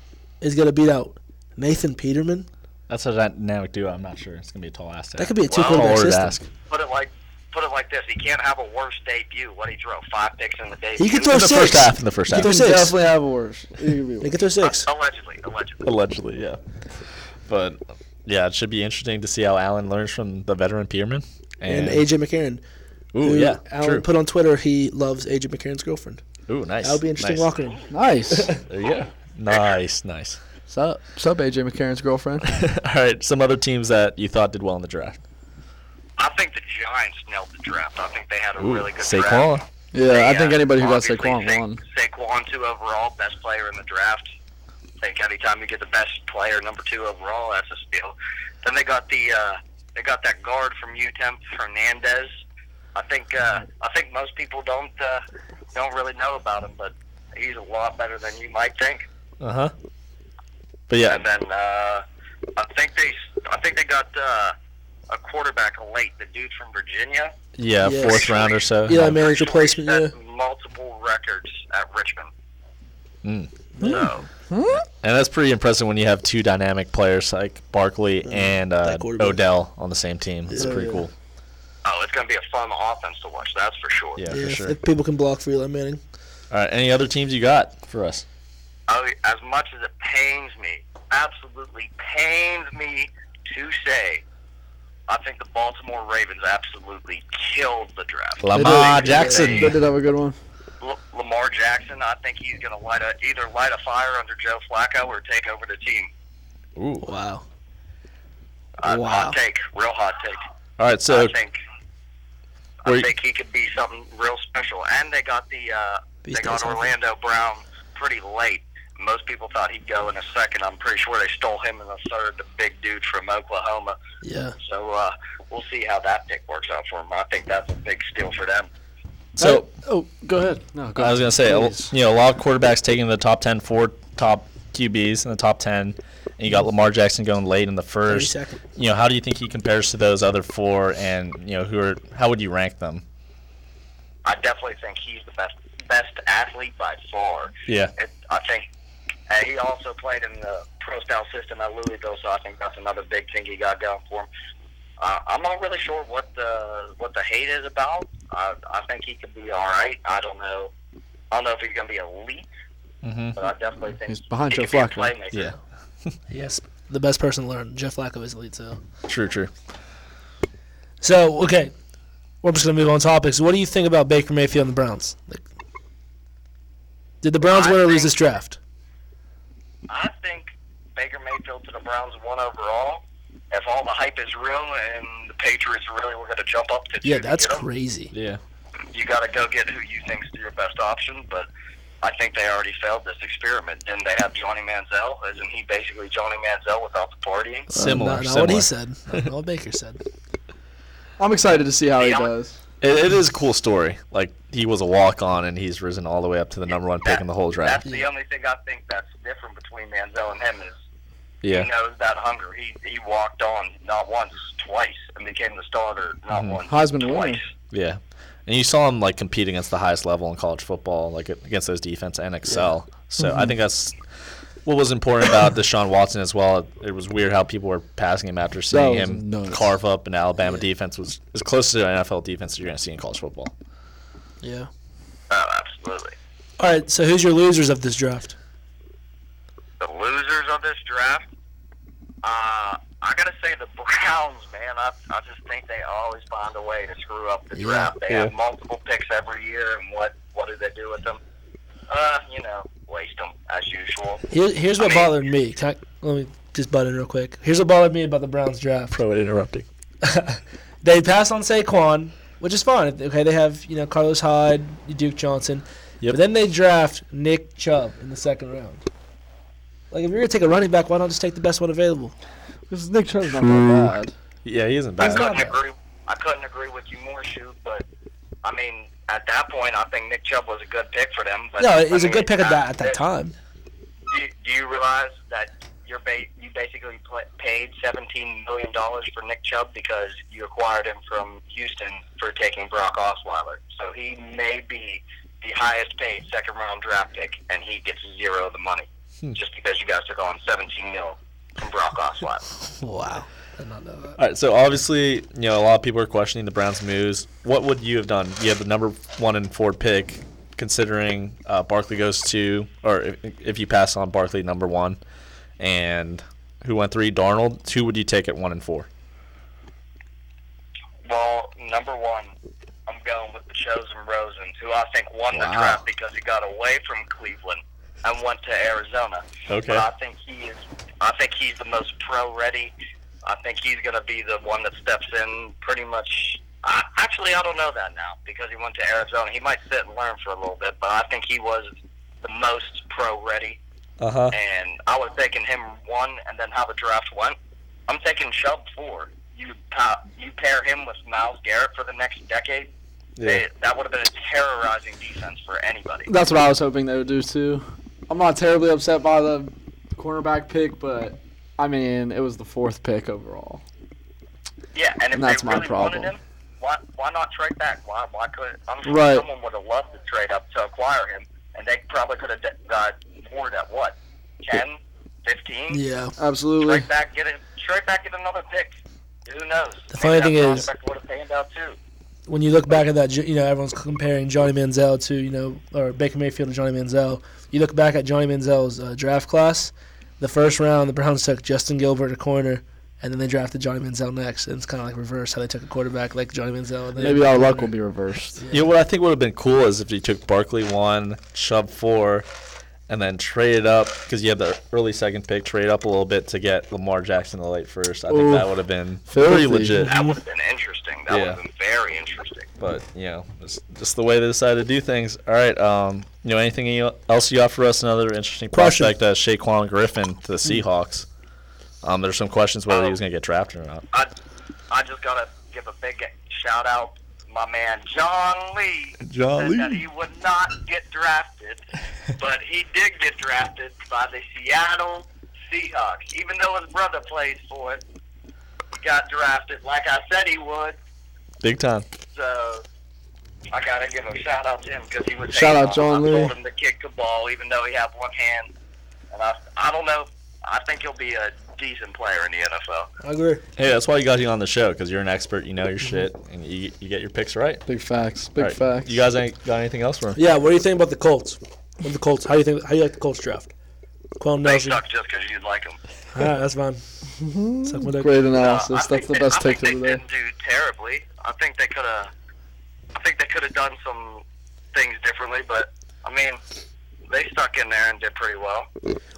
S2: is gonna beat out Nathan Peterman?
S1: That's a dynamic duo. I'm not sure. It's gonna be a tall ass.
S2: That could be a two Oh,
S4: Well,
S2: quarterback
S1: Hard
S2: system.
S1: ask.
S4: Put it like put it like this: he can't have a worse debut. What he throw five picks in the debut.
S2: He could throw
S1: In the
S2: six.
S1: first half. In the first
S2: He
S1: half.
S2: could throw
S3: You
S2: six.
S3: definitely have a worse. You could be
S2: He
S3: worse.
S2: could throw
S1: Ah,
S2: six.
S1: oh,
S4: allegedly, allegedly.
S1: Allegedly, yeah. But yeah, it should be interesting to see how Allen learns from the veteran Peterman.
S2: And AJ McCarron.
S1: Ooh,
S2: who
S1: yeah,
S2: Allen
S1: true.
S2: put on Twitter he loves AJ McCarron's girlfriend.
S1: Ooh, nice.
S2: That would be interesting
S1: nice.
S2: locker room.
S6: Nice.
S1: There you go. Nice, nice.
S6: Sup?
S3: Sup, AJ McCarron's girlfriend.
S1: All right, some other teams that you thought did well in the draft.
S4: I think the Giants nailed the draft. I think they had a
S1: Ooh,
S4: really good draft.
S1: Saquon.
S6: Yeah, I think
S4: uh,
S6: anybody who got
S4: obviously
S6: Saquon
S4: Sa-
S6: won.
S4: Saquon two overall, best player in the draft. I think anytime you get the best player, number two overall, that's a steal. Then they got the uh, they got that guard from UTEMP, Hernandez. I think uh, I think most people don't uh, don't really know about him, but he's a lot better than you might think.
S1: Uh huh. But yeah,
S4: And then uh, I think they I think they got uh, a quarterback late, the dude from Virginia.
S1: yeah,
S2: Yes.
S1: fourth round or so.
S2: Eli
S1: Yeah,
S2: Manning's replacement. Yeah.
S4: Set multiple records at Richmond.
S1: Mm.
S4: So
S1: And that's pretty impressive when you have two dynamic players like Barkley and uh,
S2: Mm-hmm. that quarterback.
S1: Odell on the same team. It's
S2: Yeah,
S1: pretty
S2: yeah.
S1: cool.
S4: Oh, it's going to be a fun offense to watch. That's for sure.
S1: Yeah,
S2: Yeah,
S1: for
S2: if-
S1: sure.
S2: If people can block for Eli Manning,
S1: All right, any other teams you got for us?
S4: I, Oh, as much as it pains me, absolutely pains me to say, I think the Baltimore Ravens absolutely killed the draft.
S1: Lamar
S4: did.
S1: Jackson.
S3: They did have a good one.
S4: L- Lamar Jackson, I think he's going to light a, either light a fire under Joe Flacco or take over the team.
S1: Ooh. All
S2: wow.
S4: Uh,
S2: Wow.
S4: Hot take, real hot take.
S1: right, so
S4: I think
S1: Were
S4: I
S1: you-
S4: think he could be something real special. And they got the uh, they
S2: These
S4: got
S2: guys are-
S4: Orlando Brown pretty late. Most people thought he'd go in a second. I'm pretty sure they stole him in the third, the big dude from Oklahoma.
S2: Yeah.
S4: So uh, we'll see how that pick works out for him. I think that's a big steal for them.
S1: so
S6: Oh, go ahead. No, go
S1: I was
S6: ahead.
S1: gonna say, a-
S6: Please.
S1: you know, a lot of quarterbacks taking the top ten, four top QBs in the top ten, and you got Lamar Jackson going late in the
S2: Thirty
S1: first.
S2: second.
S1: You know, how do you think he compares to those other four, and you know, who are how would you rank them?
S4: I definitely think he's the best best athlete by far.
S1: Yeah,
S4: It, I think and he also played in the pro style system at Louisville, so I think that's another big thing he got going for him. Uh, I'm not really sure what the what the hate is about. I, I think he could be all right. I don't know. I don't know if he's going to be elite,
S1: Mhm.
S4: but I definitely think
S6: He's behind
S4: he
S6: Joe
S4: could be a
S6: Flacco.
S4: playmaker.
S1: yeah,
S2: Yes. The best person to learn. Jeff Flacco is elite, so.
S1: true, true.
S2: So, okay. We're just going to move on topics. What do you think about Baker Mayfield and the Browns? Like, did the Browns
S4: I
S2: win or
S4: think-
S2: lose this draft?
S4: I think Baker Mayfield to the Browns one overall. If all the hype is real and the Patriots really were going to jump up to two
S2: Yeah,
S4: to
S2: that's
S4: get him,
S2: crazy.
S1: Yeah,
S4: you got to go get who you think's your best option. But I think they already failed this experiment. Didn't they have Johnny Manziel? Isn't he basically Johnny Manziel without the partying?
S1: similar.
S2: Uh, Not, not
S1: similar.
S2: what he said. Not what Baker said.
S3: I'm excited to see how he
S4: Yeah.
S3: does.
S1: It, it is a cool story. Like he was a walk on, and he's risen all the way up to the number one pick in the whole draft.
S4: That's the only thing I think that's different between Manziel and him is
S1: Yeah,
S4: he knows that hunger. He he walked on not once, twice, and became the starter not
S1: Mm-hmm.
S4: once,
S3: Heisman winner.
S4: twice.
S1: yeah. And you saw him like compete against the highest level in college football, like against those defense and excel. So
S3: Mm-hmm.
S1: I think that's what was important about Deshaun Watson as well. It was weird how people were passing him after seeing
S3: was
S1: him
S3: nuts.
S1: carve up an Alabama defense was as close to an NFL defense as you're gonna see in college football.
S2: Yeah.
S4: Oh, absolutely.
S2: All right, so who's your losers of this draft?
S4: the losers of this draft. Uh, I gotta say the Browns, man. I, I just think they always find a way to screw up the draft. They have multiple picks every year, and what what do they do with them? Uh, you know, waste them as usual.
S2: Here, here's what
S4: I mean-
S2: bothered me. Can I, let me just butt in real quick. Here's what bothered me about the Browns draft.
S1: Pro at interrupting.
S2: They passed on Saquon, which is fine. Okay, they have you know Carlos Hyde, Duke Johnson,
S1: Yep.
S2: but then they draft Nick Chubb in the second round. Like if you're gonna take a running back, why not just take the best one available?
S3: This Nick Chubb's not that bad.
S1: Yeah, he isn't
S4: I
S1: bad.
S4: couldn't agree. I couldn't agree with you more, shoot. But I mean, at that point, I think Nick Chubb was a good pick for them. But
S2: No, it was
S4: I
S2: a
S4: mean,
S2: good pick at that at
S4: uh,
S2: that time.
S4: Do, do you realize that? your you're ba- you basically pla paid seventeen million dollars for Nick Chubb because you acquired him from Houston for taking Brock Osweiler. So he may be the highest paid second round draft pick, and he gets zero of the money just because you guys took on seventeen mil from Brock Osweiler.
S2: Wow. I did not know that.
S1: All right, so obviously, you know, a lot of people are questioning the Browns' moves. What would you have done? You have the number one and four pick, considering uh, Barkley goes to, or if, if you pass on Barkley, number one, and who went three? Darnold. Who would you take at one and four?
S4: Well, number one, I'm going with the Chosen Rosen, who I think won the
S3: Wow.
S4: draft because he got away from Cleveland and went to Arizona.
S1: Okay.
S4: But I think he is. I think he's the most pro ready. I think he's going to be the one that steps in pretty much. I, actually, I don't know that now because he went to Arizona. He might sit and learn for a little bit, but I think he was the most pro ready.
S1: Uh huh.
S4: And I was thinking him one, and then how the draft went. I'm thinking Chubb four. You pa- you pair him with Miles Garrett for the next decade. They, that would have been a terrorizing defense for anybody.
S3: That's what I was hoping they would do too. I'm not terribly upset by the cornerback pick, but I mean, it was the fourth pick overall.
S4: Yeah, and if
S3: That's
S4: they
S3: my
S4: really
S3: problem.
S4: wanted him, why why not trade back? Why why could I'm sure
S3: Right.
S4: someone would have loved to trade up to acquire him, and they probably could have d- uh, Ward at what 10, 15?
S2: Yeah.
S3: Absolutely.
S4: Trade back, get a Trade back, get another pick. Who knows?
S2: The funny thing is-
S4: would have panned out too.
S2: When you look back at that, you know, everyone's comparing Johnny Manziel to, you know, or Baker Mayfield to Johnny Manziel. You look back at Johnny Manziel's uh, draft class, the first round, the Browns took Justin Gilbert, a corner, and then they drafted Johnny Manziel next. And it's kind of like reverse how they took a quarterback like Johnny Manziel. and they-
S3: Maybe our luck will be reversed.
S1: You know what I think would have been cool is if you took Barkley one, Chubb four, and then traded up because you have the early second pick. Trade up a little bit to get Lamar Jackson the late first. I think that
S3: Ooh,
S1: would have been
S3: filthy.
S1: pretty legit.
S4: That would have been interesting. That would
S1: Mm-hmm. Yeah.
S4: have been very interesting.
S1: But you know, it's just the way they decided to do things. All right, um, you know, anything you- else you offer us? Another interesting
S2: Question.
S1: prospect, uh, Shaquan Griffin to the Seahawks. Um, there's some questions whether he was going to get drafted or not.
S4: I I just gotta give a big shout out. to My man John Lee
S1: John
S4: said
S1: Lee.
S4: that he would not get drafted, but he did get drafted by the Seattle Seahawks. Even though his brother plays for it, he got drafted like I said he would.
S1: Big time.
S4: So I gotta give a shout out to him because he was.
S3: Shout out
S4: I-
S3: John
S4: I
S3: Lee.
S4: told him to kick the ball, even though he had one hand. And I, I don't know. I think he'll be a decent player in the NFL.
S2: I agree.
S1: Hey, that's why you got you on the show because you're an expert. You know your shit, and you, you get your picks right.
S3: Big facts. Big
S1: All right,
S3: facts.
S1: You guys ain't got anything else for him?
S2: Yeah, what do you think about the Colts? What the Colts? How do you think? How do you like the Colts draft? Quell
S4: They
S2: Nelson. All
S4: suck just because you like him.
S2: right, that's fine. Suck my dick.
S3: Great
S4: Uh,
S3: analysis.
S4: I
S3: That's
S4: think
S3: the
S4: they-
S3: best
S4: I think
S3: take of the
S4: they
S3: day.
S4: didn't do terribly. I think they could have. I think they could have done some things differently, but I mean, they stuck in there and did pretty well.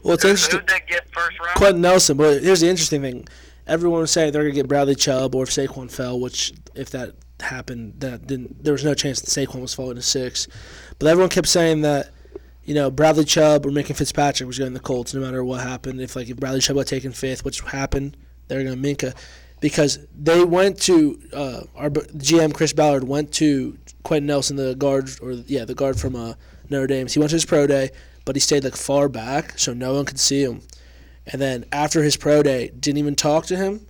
S2: Well, it's
S4: Who
S2: interesting.
S4: did they get first round?
S2: Quentin Nelson. But here's the interesting thing: everyone was saying they're going to get Bradley Chubb or if Saquon fell, which if that happened, that didn't. There was no chance that Saquon was falling to six. But everyone kept saying that. You know, Bradley Chubb or Minka Fitzpatrick was going to the Colts no matter what happened. If like if Bradley Chubb got taken fifth, which happened, they're going to Minka because they went to uh, our b- GM Chris Ballard went to Quentin Nelson, the guard or yeah, the guard from uh, Notre Dame. He went to his pro day, but he stayed like far back so no one could see him. And then after his pro day, didn't even talk to him,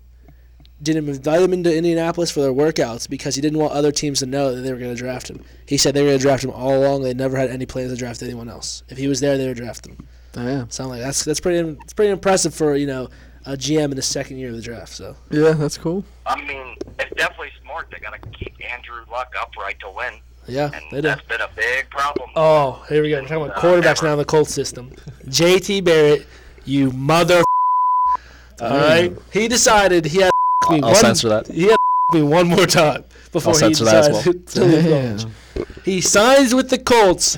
S2: didn't even invite him into Indianapolis for their workouts because he didn't want other teams to know that they were going to draft him. He said they were going to draft him all along. They never had any plans to draft anyone else. If he was there, they would draft him.
S3: Damn.
S2: Sound like that's that's pretty it's pretty impressive for you know a GM in the second year of the draft. So
S3: Yeah, that's cool.
S4: I mean, it's definitely smart. They gotta keep Andrew Luck upright to win,
S2: yeah, they
S4: and
S2: do.
S4: that's been a big problem.
S2: Oh, here we go. We're talking about
S4: Uh,
S2: quarterbacks
S4: never.
S2: now in the Colts system. JT Barrett, you mother. All right, he decided he had me
S1: Mm. I'll
S2: one-
S1: censor that.
S2: He had me one more time before
S1: I'll
S2: he
S1: censor that as well.
S2: decided to leave college. He signs with the Colts,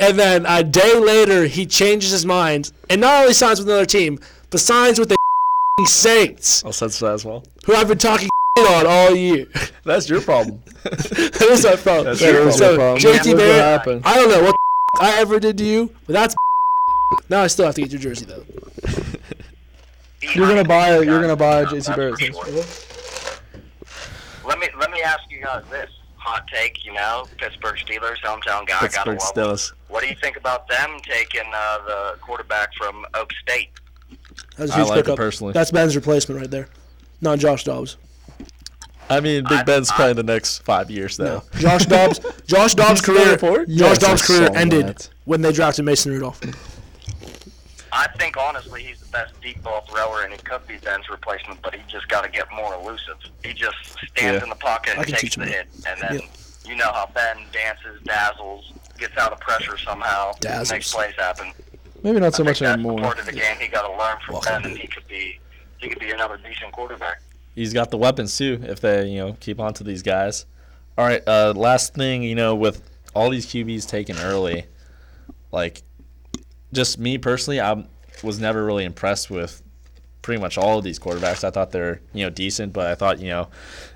S2: and then a day later he changes his mind, and not only signs with another team, but signs with the Saints,
S1: I'll censor that as well.
S2: who I've been talking on all year.
S1: That's your problem.
S2: That is our problem.
S1: That's your
S2: so,
S3: problem.
S2: JT
S3: Look what
S2: Barrett,
S3: happened.
S2: I don't know what the I ever did to you, but that's now I still have to get your jersey though.
S4: You're
S7: gonna buy a- you're gonna buy a JT Barrett
S4: Let me let me ask you guys this hot take. You know, Pittsburgh Steelers, hometown guy. gotta
S1: Pittsburgh
S4: love 'em.
S1: Steelers.
S4: What do you think about them taking uh, the quarterback from Oak State?
S2: That's a
S1: I
S2: huge
S1: like it
S2: pickup.
S1: personally.
S2: That's Ben's replacement right there. Not Josh Dobbs.
S1: I mean, Big
S4: I-
S1: Ben's playing the next five years though.
S2: Josh Dobbs. Josh Dobbs'
S1: you see that
S2: career.
S1: report?
S2: Josh
S1: Yes,
S2: Dobbs'
S1: I
S2: career
S1: saw
S2: ended
S1: that.
S2: when they drafted Mason Rudolph.
S4: I think honestly he's the best deep ball thrower, and he could be Ben's replacement, but he just got to get more elusive. He just stands
S1: Yeah.
S4: in the pocket
S2: I
S4: and
S2: can teach
S4: takes
S2: him
S4: the
S2: that.
S4: hit, and then
S2: Yeah.
S4: you know how Ben dances, dazzles, gets out of pressure somehow,
S2: Dazzles.
S4: makes plays happen.
S3: Maybe not so
S4: I think
S3: much
S4: that's the
S3: anymore.
S4: part of the game he got to learn from
S2: Welcome
S4: Ben, and he could be he could be another decent quarterback.
S1: he's got the weapons too if they you know keep on to these guys all right uh, last thing you know with all these qb's taken early like just me personally i was never really impressed with pretty much all of these quarterbacks i thought they're you know decent but i thought you know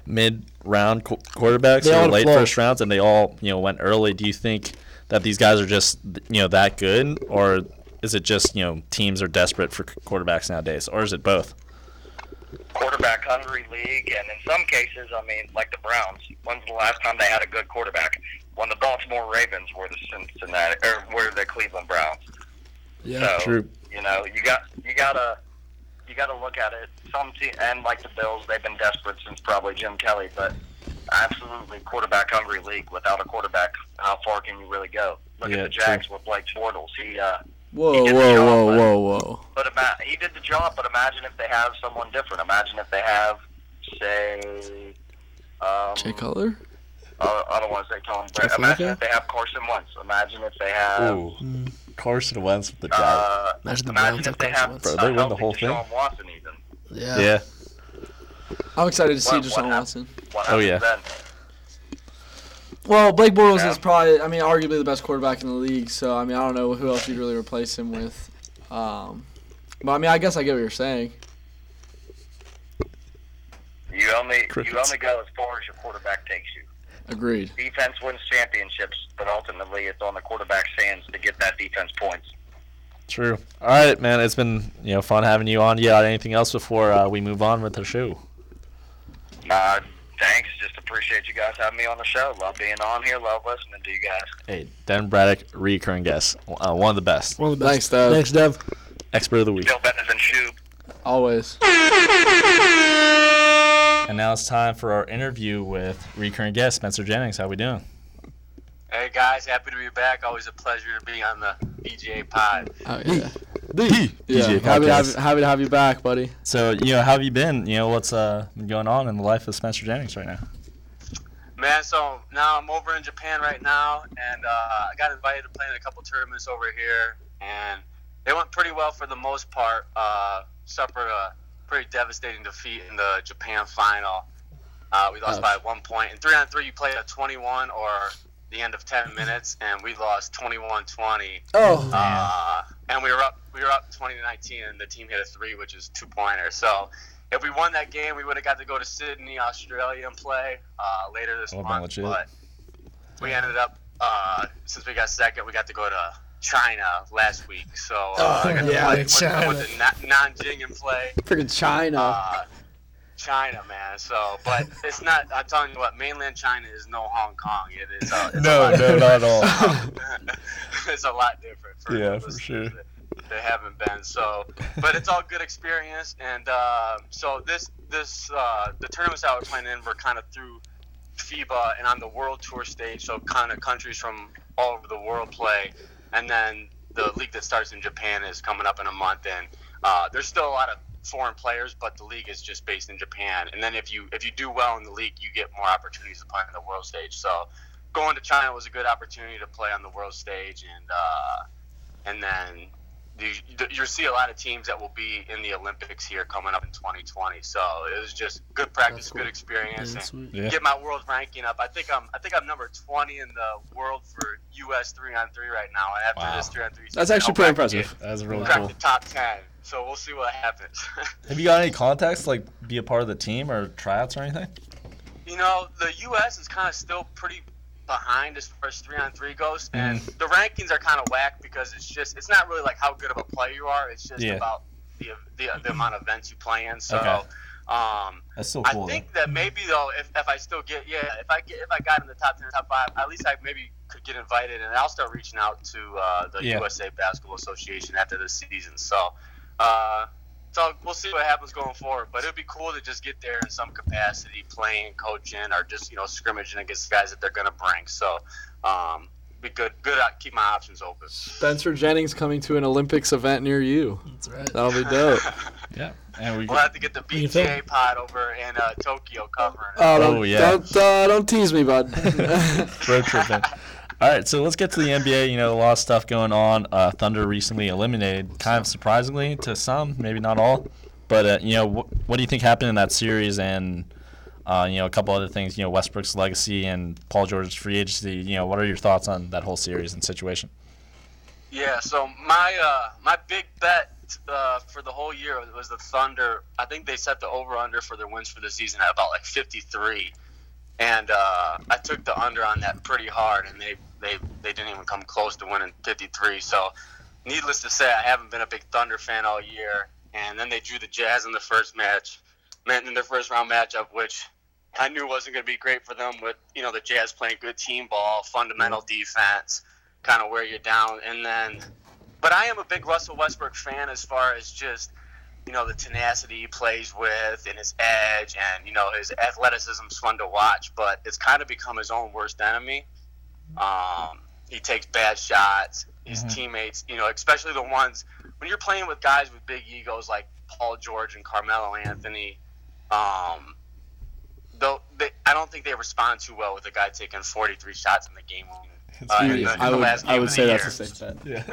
S1: mid round qu- quarterbacks
S2: They
S1: or
S2: all
S1: late
S2: blow.
S1: first rounds and they all you know went early do you think that these guys are just you know that good or is it just you know teams are desperate for c- quarterbacks nowadays or is it both
S4: quarterback hungry league, and in some cases, I mean, like the Browns. When's the last time they had a good quarterback? When the Baltimore Ravens were the Cincinnati or were the Cleveland Browns.
S2: Yeah,
S4: so,
S1: true.
S4: You know, you got you gotta you gotta look at it. Some te- and like the Bills, they've been desperate since probably Jim Kelly, but absolutely quarterback hungry league. Without a quarterback, how far can you really go? Look
S1: Yeah,
S4: at the Jags with Blake Bortles. He uh,
S6: Whoa,
S4: He
S6: whoa,
S4: did the job,
S6: whoa,
S4: but-
S6: whoa, whoa.
S4: but ima- he did the job. But imagine if they have someone different. Imagine if they have, say, um,
S6: Jay Cutler?
S4: I, I don't want to say Tom Brady.
S2: Jeff
S4: Imagine
S2: Luka?
S4: if they have Carson Wentz. Imagine if they have.
S1: Mm.
S8: Ooh, Carson Wentz with the Giants.
S4: Uh,
S6: Imagine the
S4: imagine
S6: Browns
S4: if
S6: have
S4: they
S6: Carson
S4: have
S6: Wentz.
S8: Bro, they
S4: a
S8: win the
S4: healthy
S8: whole thing.
S4: Deshaun Watson even.
S1: Uh,
S2: yeah.
S8: yeah,
S6: I'm excited to see
S4: What- what
S6: Deshaun
S4: happened?
S6: Watson.
S4: What
S8: Oh,
S4: happens
S8: yeah.
S4: Then?
S6: Well, Blake Bortles
S4: Yeah.
S6: is probably, I mean, arguably the best quarterback in the league. So I mean, I don't know who else you'd really replace him with. Um, but I mean, I guess I get what you're saying.
S4: You only you
S8: Crickets.
S4: only go as far as your quarterback takes you.
S6: Agreed.
S4: Defense wins championships, but ultimately it's on the quarterback's hands to get that defense points.
S8: true. All right, man. It's been you know fun having you on. You got anything else before uh, we move on with the show?
S4: Uh, thanks. Just appreciate you guys having me on the show. Love being on here. Love listening to you guys.
S8: Hey, Dan Braddock, recurring guest, uh, one of the best,
S2: One of the
S6: Thanks,
S2: best.
S6: Dev.
S2: Thanks, Dev.
S8: expert of the week.
S4: Bill Bennett and Shoup.
S6: Always.
S1: And now it's time for our interview with recurring guest Spencer Jennings. How we doing?
S9: Hey guys, happy to be back. Always a pleasure to be on the BGA pod.
S6: Oh yeah. yeah.
S1: DJ
S6: Happy, to have,
S1: podcast.
S6: happy to have you back, buddy.
S1: So you know, how have you been? You know, what's uh, been going on in the life of Spencer Jennings right now?
S9: Man, so now I'm over in Japan right now, and uh, I got invited to play in a couple tournaments over here, and they went pretty well for the most part. Uh, suffered a pretty devastating defeat in the Japan final. Uh, we lost by one point. In three on three, you play a 21 or the end of 10 minutes, and we lost 21-20.
S6: Oh.
S9: Uh, and we were up we were up 20 to 19 and the team hit a three which is two pointer so if we won that game we would have got to go to sydney australia and play uh, later this
S1: Would've been
S9: month
S1: legit.
S9: but we ended up uh, since we got second we got to go to china last week so uh, I got to
S2: yeah,
S9: play
S2: China.
S9: with, with the Na- nanjing and play
S6: Freaking China.
S9: uh, China, man. So, but it's not. I'm telling you what, mainland China is no Hong Kong. It is. Uh, it's a lot different.
S1: not at all.
S9: it's a lot different. For
S8: Yeah,
S9: the
S8: for
S9: listeners
S8: sure.
S9: that- That haven't been so, but it's all good experience. And uh, so this this uh, the tournaments that we're playing in were kind of through FIBA and on the world tour stage. So kind of countries from all over the world play, and then the league that starts in Japan is coming up in a month. And uh, there's still a lot of foreign players, but the league is just based in Japan. And then if you if you do well in the league, you get more opportunities to play on the world stage. So going to China was a good opportunity to play on the world stage, and uh, and then you, you'll see a lot of teams that will be in the Olympics here coming up in 2020. So it was just good practice, good experience, and
S1: Yeah.
S9: get my world ranking up. I think I'm I think I'm number 20 in the world for U.S. three on three right now, and after
S1: Wow.
S9: this three on three,
S6: That's actually pretty impressive.
S1: That's really
S9: Crack
S1: cool.
S9: the top 10. So we'll see what happens.
S1: Have you got any contacts like be a part of the team or tryouts or anything?
S9: you know, the U.S. is kind of still pretty behind as far as three on three goes,
S1: Mm.
S9: and the rankings are kind of whack because it's just it's not really like how good of a player you are. It's just
S1: Yeah.
S9: about the, the the amount of events you play in. So,
S1: Okay.
S9: um,
S1: That's still
S9: I
S1: cool. though.
S9: think that maybe though, if, if I still get yeah, if I get if I got in the top ten, top five, at least I maybe could get invited, and I'll start reaching out to uh, the
S1: Yeah.
S9: USA Basketball Association after the season. So, uh, so we'll see what happens going forward. But it'd be cool to just get there in some capacity, playing, coaching, or just you know scrimmaging against guys that they're gonna bring. So, um, be good. Good. uh, Keep my options open.
S6: Spencer Jennings coming to an Olympics event near you.
S2: That's right.
S6: That'll be dope.
S1: Yeah, and we
S9: We'll have to get the
S2: you think?
S9: BTA pod over in uh, Tokyo covering. it.
S6: Oh, don't,
S1: Oh, yeah.
S6: Don't, uh, don't tease me, bud.
S1: road trip in. All right, so let's get to the NBA. You know, a lot of stuff going on. Uh, Thunder recently eliminated, kind of surprisingly to some, maybe not all. But uh, you know, wh- what do you think happened in that series? And uh, you know, a couple other things. You know, Westbrook's legacy and Paul George's free agency. You know, what are your thoughts on that whole series and situation?
S9: Yeah, so my uh, my big bet uh, for the whole year was the Thunder. I think they set the over under for their wins for the season at about like 53, and uh, I took the under on that pretty hard, and they, they they didn't even come close to winning 53. So, needless to say, I haven't been a big Thunder fan all year. And then they drew the Jazz in the first match, man, in their first round matchup, which I knew wasn't going to be great for them. With you know the Jazz playing good team ball, fundamental defense kind of wear you down. And then, but I am a big Russell Westbrook fan as far as just, you know, the tenacity he plays with and his edge and, you know, his athleticism's fun to watch, but it's kind of become his own worst enemy. Um, he takes bad shots. His
S3: Mm-hmm.
S9: teammates, you know, especially the ones when you're playing with guys with big egos like Paul George and Carmelo Anthony, um, though they, I don't think they respond too well with a guy taking 43 shots in the game. uh, in the- in
S3: I
S9: the
S3: would,
S9: last
S3: I
S9: game
S3: would
S9: of the
S3: say
S9: year.
S3: that's a safe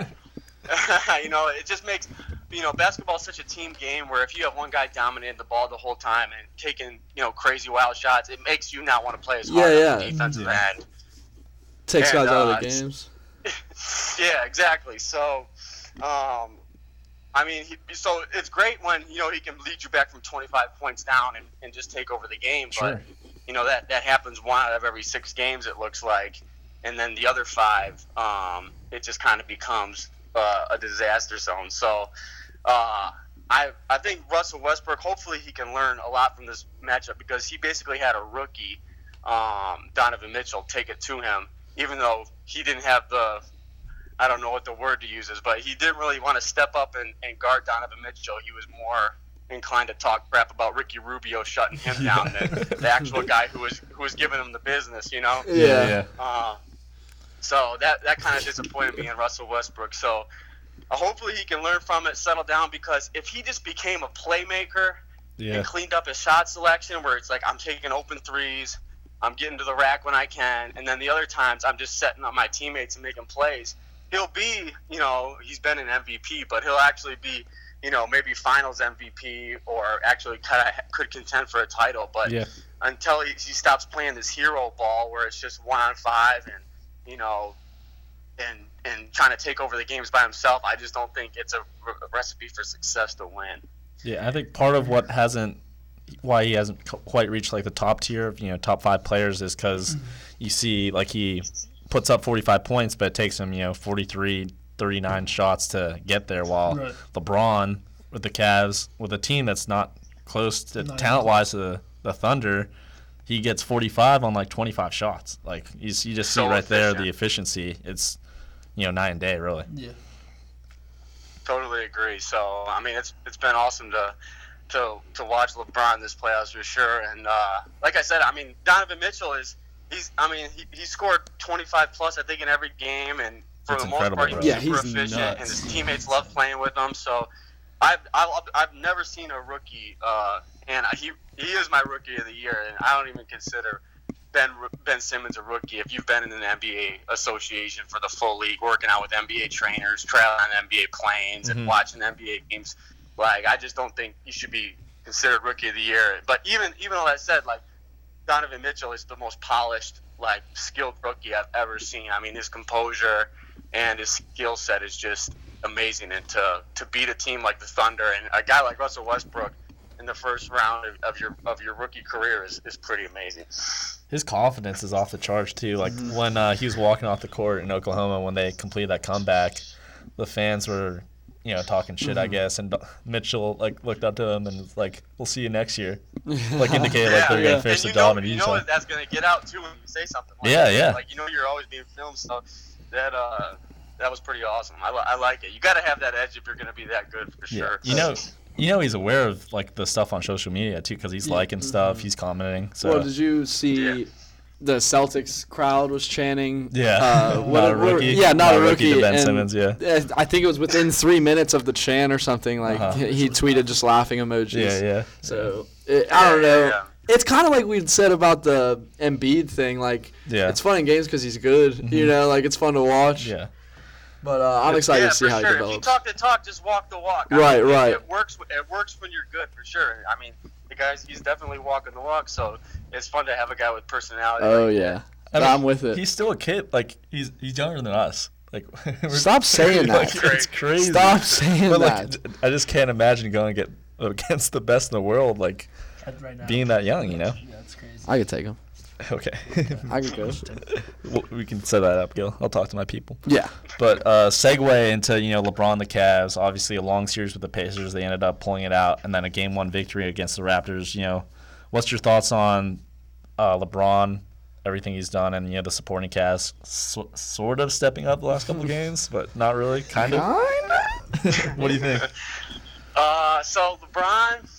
S3: bet.
S9: you know, it just makes you know basketball such a team game where if you have one guy dominating the ball the whole time and taking you know crazy wild shots, it makes you not want to play as hard
S6: Yeah,
S9: on the
S6: yeah.
S9: defensive end.
S6: Takes
S9: And,
S6: guys out
S9: uh,
S6: of the games.
S9: Yeah, exactly. So, um, I mean, he, so it's great when you know he can lead you back from 25 points down and, and just take over the game.
S1: Sure.
S9: But you know that that happens one out of every six games it looks like, and then the other five, um, it just kind of becomes uh, a disaster zone. So. Uh, I, I think Russell Westbrook, hopefully he can learn a lot from this matchup because he basically had a rookie, um, Donovan Mitchell, take it to him, even though he didn't have the I don't know what the word to use is, but he didn't really want to step up and, and guard Donovan Mitchell. He was more inclined to talk crap about Ricky Rubio shutting him down than the actual guy who was who was giving him the business, you know?
S6: Yeah.
S9: Uh, so that that kind of disappointed me in Russell Westbrook. So uh, hopefully he can learn from it, settle down, because if he just became a playmaker and cleaned up his shot selection, where it's like I'm taking open threes, I'm getting to the rack when I can, and then the other times I'm just setting up my teammates and making plays. He'll be, you know, he's been an MVP, but he'll actually be, you know, maybe Finals MVP or actually kind of could contend for a title. But
S1: Yeah.
S9: until he, he stops playing this hero ball where it's just one on five and you know and and trying to take over the games by himself i just don't think it's a re- recipe for success to win
S1: Yeah, I think part of what hasn't why he hasn't c- quite reached like the top tier of you know top five players is because you see like he puts up 45 points but it takes him you know 43 39 shots to get there while
S2: Right.
S1: LeBron with the Cavs with a team that's not close to
S2: Not
S1: talent wise to the, the Thunder he gets 45 on like 25 shots like you, s- you just see
S9: So
S1: right there
S9: efficient.
S1: the efficiency it's you know night and day really
S2: Yeah.
S9: totally agree so i mean it's it's been awesome to to to watch lebron this playoffs for sure and uh like i said i mean donovan mitchell is he's i mean he, he scored 25 plus i think in every game and for
S1: That's
S9: the most
S1: incredible,
S9: part he
S1: bro.
S9: was
S6: Yeah,
S9: super
S6: he's
S9: efficient
S6: nuts.
S9: and his teammates love playing with him so I've, I've, I've never seen a rookie, uh, and he he is my rookie of the year, and I don't even consider Ben Ben Simmons a rookie. If you've been in an NBA association for the full league, working out with NBA trainers, traveling on NBA planes, and watching NBA games, like I just don't think you should be considered rookie of the year. But even even all that said, like Donovan Mitchell is the most polished, like skilled rookie I've ever seen. I mean, his composure and his skill set is just amazing. And to to beat a team like the Thunder and a guy like Russell Westbrook in the first round of, of your of your rookie career is, is pretty amazing.
S1: his confidence is off the charts too. Like
S6: Mm-hmm.
S1: when uh, he was walking off the court in Oklahoma when they completed that comeback, the fans were, you know, talking shit,
S6: Mm-hmm.
S1: I guess. And Mitchell like looked up to him and was like, "We'll see you next year," like indicated like they're gonna finish
S9: and you
S1: the
S9: know,
S1: job in
S9: you know
S1: Utah.
S9: that's gonna get out too when you say something. Like
S1: Yeah,
S9: that.
S1: yeah.
S9: Like you know you're always being filmed, so that uh that was pretty awesome. I, li- I like it. You got to have that edge if you're gonna be that good for
S1: Yeah.
S9: sure.
S1: You know, you know he's aware of like the stuff on social media too because he's liking stuff, he's commenting. So
S6: Mm-hmm. Well, did you see the Celtics crowd was chanting?
S1: Yeah.
S6: uh,
S1: Not
S6: what
S1: a
S6: what-
S1: rookie.
S6: Yeah, not, a rookie.
S1: to Ben
S6: and,
S1: Simmons, yeah.
S6: uh, I think it was within three minutes of the chant or something. Like
S1: Uh-huh.
S6: he, he tweeted just laughing emojis.
S1: yeah, yeah.
S6: So it, I don't know.
S9: Yeah, yeah.
S6: It's kind of like we said about the Embiid thing. Like
S1: Yeah.
S6: it's fun in games because he's good. You know, like it's fun to watch.
S1: Yeah.
S6: But uh, I'm excited
S9: yeah,
S6: to see
S9: for
S6: how
S9: sure.
S6: he
S9: If you
S6: develops.
S9: talk the talk, just walk the walk.
S6: Right,
S9: it-
S6: right.
S9: It works. w- It works when you're good, for sure. I mean, the guys, he's definitely walking the walk, so it's fun to have a guy with personality.
S6: oh yeah,
S1: I mean,
S6: I'm with it.
S1: He's still a kid. Like he's he's younger than us. Like we're-
S6: Stop saying
S1: like,
S6: that.
S1: It's crazy.
S6: Stop saying
S1: But
S6: that.
S1: like, j- I just can't imagine going get against the best in the world. Like
S2: Right now.
S1: being that young, you know.
S2: yeah, that's crazy.
S6: I could take him.
S1: Okay.
S6: I could go.
S1: Well, we can set that up, Gil. I'll talk to my people.
S6: yeah.
S1: But uh, segue into you know LeBron the Cavs. Obviously, a long series with the Pacers. They ended up pulling it out, and then a game one victory against the Raptors. You know, what's your thoughts on uh, LeBron? Everything he's done, and you know the supporting cast so, sort of stepping up the last couple games, but not really. Kind of. what do you think?
S9: Uh, so LeBron,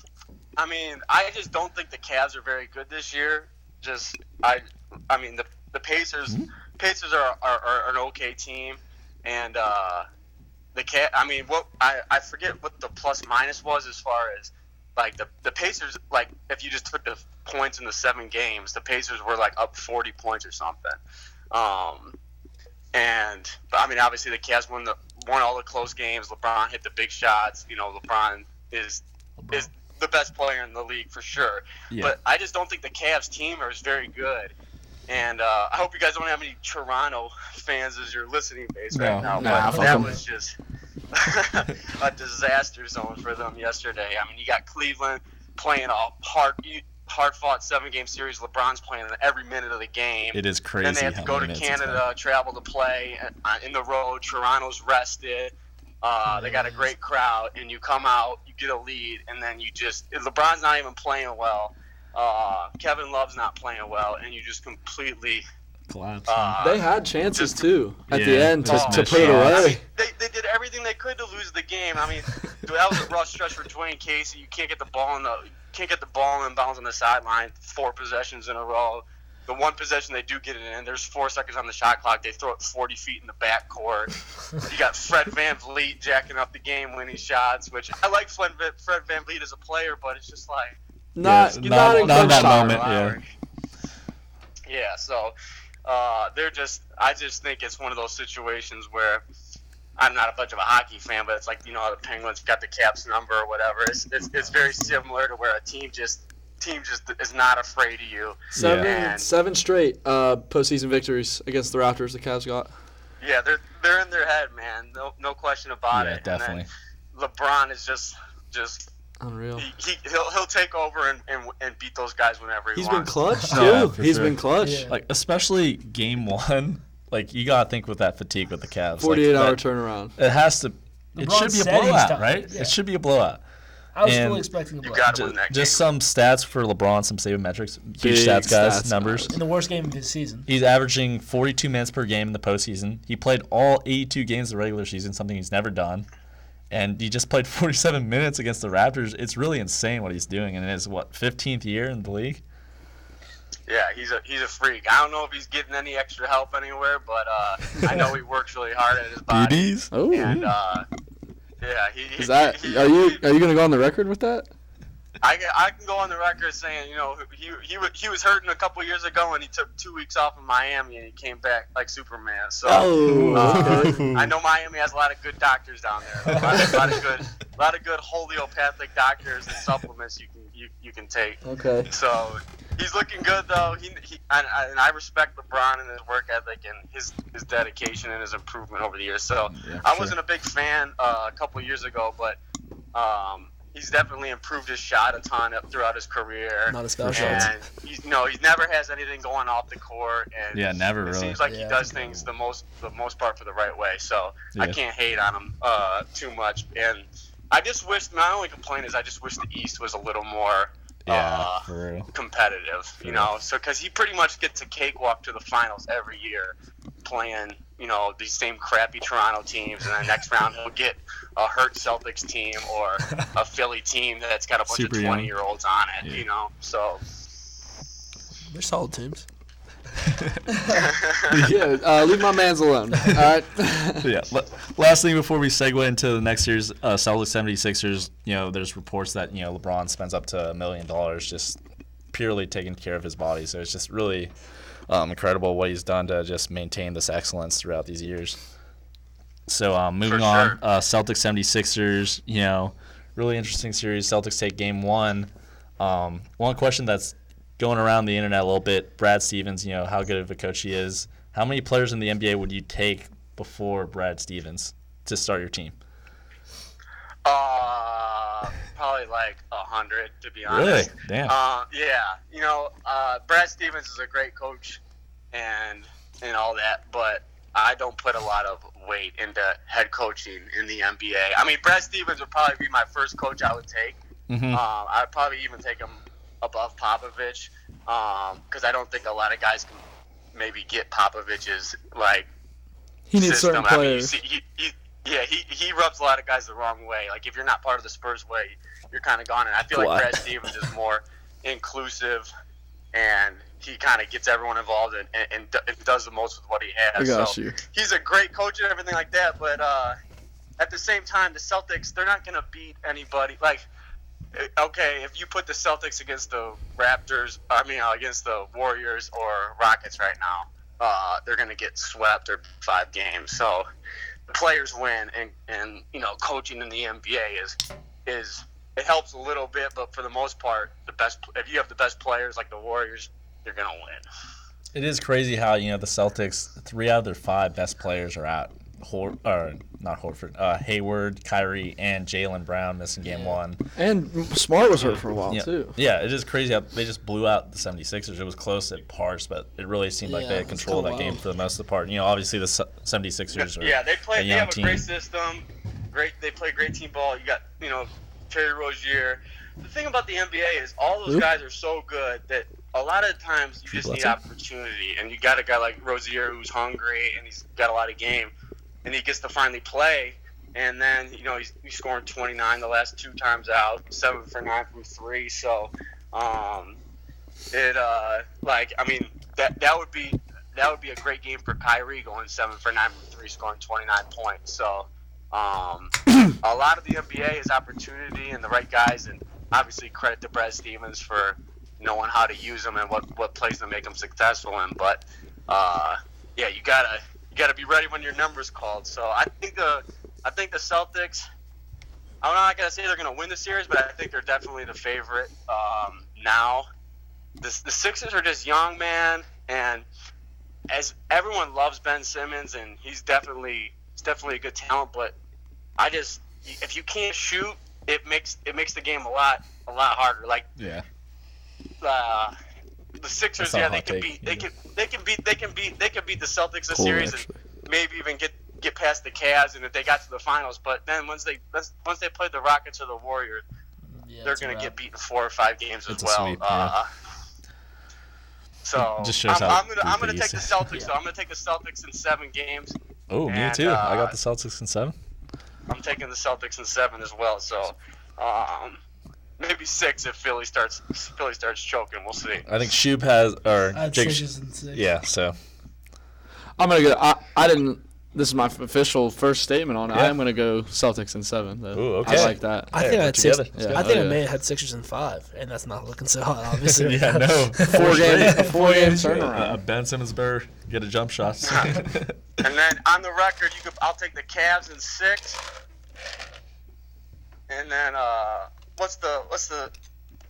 S9: I mean, I just don't think the Cavs are very good this year. Just I, I mean the the Pacers,
S6: Mm-hmm.
S9: Pacers are, are, are an okay team, and uh, the cat. I mean, what I, I forget what the plus minus was as far as like the the Pacers. Like if you just took the points in the seven games, the Pacers were like up forty points or something. Um, and but, I mean, obviously the Cavs won the won all the close games. LeBron hit the big shots. You know, LeBron is is the best player in the league for sure. But I just don't think the Cavs team is very good. And uh, I hope you guys don't have any Toronto fans as your listening base right now.
S6: Nah,
S9: but
S6: fuck
S9: that
S6: 'em.
S9: was just a disaster zone for them yesterday. I mean, you got Cleveland playing a hard hard fought seven game series. LeBron's playing every minute of the game.
S1: It is crazy.
S9: Then they have to
S1: how
S9: go
S1: many
S9: to
S1: minutes it's been.
S9: Canada, travel to play uh, in the road. Toronto's rested. Uh, they got a great crowd, and you come out, you get a lead, and then you just LeBron's not even playing well. Uh, Kevin Love's not playing well, and you just completely.
S1: Collapse.
S9: Uh,
S6: They had chances too at the
S1: Yeah,
S6: end to,
S1: just
S6: to
S1: missed
S6: put it
S1: shots.
S6: away.
S9: they, they did everything they could to lose the game. I mean, that was a rough stretch for Dwayne Casey. You can't get the ball in the can't get the ball in bounds on the sideline. Four possessions in a row. The one possession they do get it in, there's four seconds on the shot clock. They throw it 40 feet in the backcourt. you got Fred Van Vliet jacking up the game-winning shots, which I like Fred, Fred Van Vliet as a player, but it's just like
S6: Not,
S1: Yeah,
S6: not, a
S1: not- not
S6: good
S1: that
S6: shot.
S1: moment. yeah.
S9: Yeah, so uh, they're just. I just think it's one of those situations where I'm not a bunch of a hockey fan, but it's like you know how the Penguins got the Caps number or whatever. It's it's, it's very similar to where a team just team just is not afraid of you.
S6: Seven,
S9: Yeah.
S6: seven straight uh, postseason victories against the Raptors. The Cavs got.
S9: Yeah, they're they're in their head, man. No no question about
S1: yeah,
S9: it.
S1: definitely.
S9: And then LeBron is just just
S6: Unreal.
S9: he, he he'll he'll take over and, and, and beat those guys whenever he
S6: He's been
S9: wants.
S6: clutch too.
S1: Yeah,
S6: He's
S1: for sure.
S6: been clutch.
S2: Yeah.
S1: Like especially game one. Like you gotta think with that fatigue with the Cavs.
S6: Forty-eight
S1: like,
S6: hour
S1: that-
S6: turnaround.
S1: It has to. It
S2: LeBron
S1: should be a
S2: said he
S1: blowout,
S2: stopped-
S1: right?
S2: yeah.
S1: It should be a blowout.
S2: I was
S1: And
S2: fully expecting a blow.
S9: got
S1: Ju-
S9: win that
S1: Just, some
S9: game.
S1: stats for LeBron, some saver metrics, huge
S6: Big
S1: stats, guys,
S6: stats,
S1: numbers.
S2: In the worst game of his season.
S1: He's averaging 42 minutes per game in the postseason. He played all 82 games of the regular season, something he's never done. And he just played 47 minutes against the Raptors. It's really insane what he's doing. And in his, what, 15th year in the league?
S9: Yeah, he's a he's a freak. I don't know if he's getting any extra help anywhere, but uh, I know he works really hard at his body.
S1: Duties?
S6: Oh,
S9: And uh, yeah, he,
S6: is that?
S9: he-
S6: Are you are you gonna go on the record with that?
S9: I, can- I can go on the record saying you know he he wa- he was hurting a couple years ago and he took two weeks off in Miami and he came back like Superman. So
S6: Oh.
S9: uh, I know Miami has a lot of good doctors down there, a lot, a lot of good a lot of good homeopathic doctors and supplements you can you, you can take.
S3: Okay.
S9: So he's looking good though. He, he and, I- and I respect LeBron and his work ethic and his his dedication and his improvement over the years. So I wasn't a big fan uh, a couple years ago, but um, he's definitely improved his shot a ton up throughout his career.
S2: Not his foul shots.
S9: and he's, you know, he never has anything going off the court. And
S1: Yeah, never
S9: It
S1: really.
S9: seems like
S2: Yeah.
S9: he does things the most the most part for the right way. So I
S1: Yeah.
S9: can't hate on him uh, too much. And I just wish my only complaint is I just wish the East was a little more.
S1: Yeah,
S9: uh,
S1: for real.
S9: competitive, you know. So because he pretty much gets a cakewalk to the finals every year, playing, you know, these same crappy Toronto teams, and then next round he'll get a hurt Celtics team or a Philly team that's got a bunch
S10: Super
S9: of
S10: young.
S9: twenty year olds on it, you know. So
S2: They're solid teams.
S3: yeah, uh, leave my man's alone. All right.
S1: yeah. la- Last thing before we segue into the next year's uh, Celtics 76ers, you know, there's reports that, you know, LeBron spends up to a million dollars just purely taking care of his body. So it's just really um, incredible what he's done to just maintain this excellence throughout these years. So um, moving on,
S9: sure.
S1: uh, Celtics 76ers, you know, really interesting series. Celtics take game one. Um, one question that's going around the internet a little bit Brad Stevens, you know, how good of a coach he is. How many players in the NBA would you take before Brad Stevens to start your team?
S9: Uh, probably like a hundred, to be honest.
S1: Really? Damn.
S9: Uh, yeah. You know, uh, Brad Stevens is a great coach, and and all that, but I don't put a lot of weight into head coaching in the NBA. I mean, Brad Stevens would probably be my first coach I would take.
S1: Mhm.
S9: Um, I'd probably even take him above Popovich because I don't think a lot of guys can maybe get Popovich's like
S11: He needs
S9: system.
S11: certain
S9: I mean, you
S11: players.
S9: see- he, he, yeah, he, he rubs a lot of guys the wrong way. Like if you're not part of the Spurs way, you're kind of gone. And I feel
S1: What?
S9: like Brad Stevens is more inclusive, and he kind of gets everyone involved and, and, and, do- and does the most with what he has.
S3: I got
S9: so
S3: you.
S9: he's a great coach and everything like that. But uh, at the same time, the Celtics they're not going to beat anybody. Like eh, okay, if you put the Celtics against the Raptors, I mean uh, against the Warriors or Rockets right now, uh, they're going to get swept or five games. So the players win, and and you know coaching in the NBA is is it helps a little bit, but for the most part, the best if you have the best players like the Warriors, you're going to win.
S1: It is crazy how you know the Celtics. Three out of their five best players are out. Hor- or not Horford, uh, Hayward, Kyrie, and Jalen Brown missing game one.
S11: And Smart was hurt for a while
S1: Yeah.
S11: too.
S1: yeah, it is crazy how they just blew out the 76ers. It was close at parts, but it really seemed like they
S2: Yeah,
S1: had
S2: it's
S1: control of that
S2: kinda
S1: game
S2: wild.
S1: for the most of the part. You know, obviously the Se- 76ers are
S9: Yeah, they play.
S1: a
S9: They
S1: young
S9: have a
S1: team.
S9: great system. Great, they play great team ball. You got you know Terry Rozier. The thing about the NBA is all those
S11: Who?
S9: guys are so good that a lot of times you just need
S1: Bledsoe?
S9: opportunity, and you got a guy like Rozier who's hungry and he's got a lot of game, and he gets to finally play. And then you know he's, he's scoring 29 the last two times out, seven for nine from three. So, um, it uh like I mean that that would be that would be a great game for Kyrie going seven for nine from three, scoring twenty nine points. So um, a lot of the NBA is opportunity and the right guys, and obviously credit to Brad Stevens for knowing how to use them and what what plays to make them successful in. But uh, yeah, you gotta you gotta be ready when your number's called. So I think the I think the Celtics. I'm not gonna say they're gonna win the series, but I think they're definitely the favorite um, now the, the Sixers are just young, man, and as everyone loves Ben Simmons, and he's definitely he's definitely a good talent. But I just if you can't shoot, it makes it makes the game a lot a lot harder. Like
S1: Yeah.
S9: uh, the Sixers,
S1: That's not
S9: yeah,
S1: a
S9: they
S1: hot
S9: can
S1: take,
S9: beat they
S1: yeah.
S9: can they can beat they can beat they can beat the Celtics this
S11: Cool,
S9: series
S11: actually.
S9: and maybe even get get past the Cavs and if they got to the finals. But then once they once once they play the Rockets or the Warriors, they're gonna get beaten four or five games
S1: It's a
S9: as well.
S1: sweep, yeah.
S9: uh, so
S1: Just shows
S9: I'm,
S1: how
S9: I'm gonna I'm
S1: deep
S9: gonna
S1: the
S9: take the
S1: East is.
S9: Celtics. So I'm gonna take the Celtics in seven games.
S1: Oh, me
S9: And,
S1: too. I
S9: uh,
S1: got the Celtics in seven.
S9: I'm taking the Celtics in seven as well. So um, maybe six if Philly starts Philly starts choking. We'll see.
S1: I think Shub has or
S2: I had
S1: Jake.
S2: sixes and six.
S1: yeah, so
S3: I'm gonna go. I, I didn't. This is my f- official first statement on it.
S1: Yeah.
S3: I am gonna go Celtics in seven. Though.
S1: Ooh,
S3: I
S1: okay.
S3: like that.
S2: I think I had six.
S1: together. Let's
S3: go.
S2: I think
S3: Oh,
S2: I
S3: yeah.
S2: may have had sixers and five, and that's not looking so hot, obviously.
S1: yeah, no.
S3: Four game, a four game turnaround.
S1: Uh, ben Simmons better get a jump shot.
S9: And then on the record, you could I'll take the Cavs in six. And then uh, what's the what's the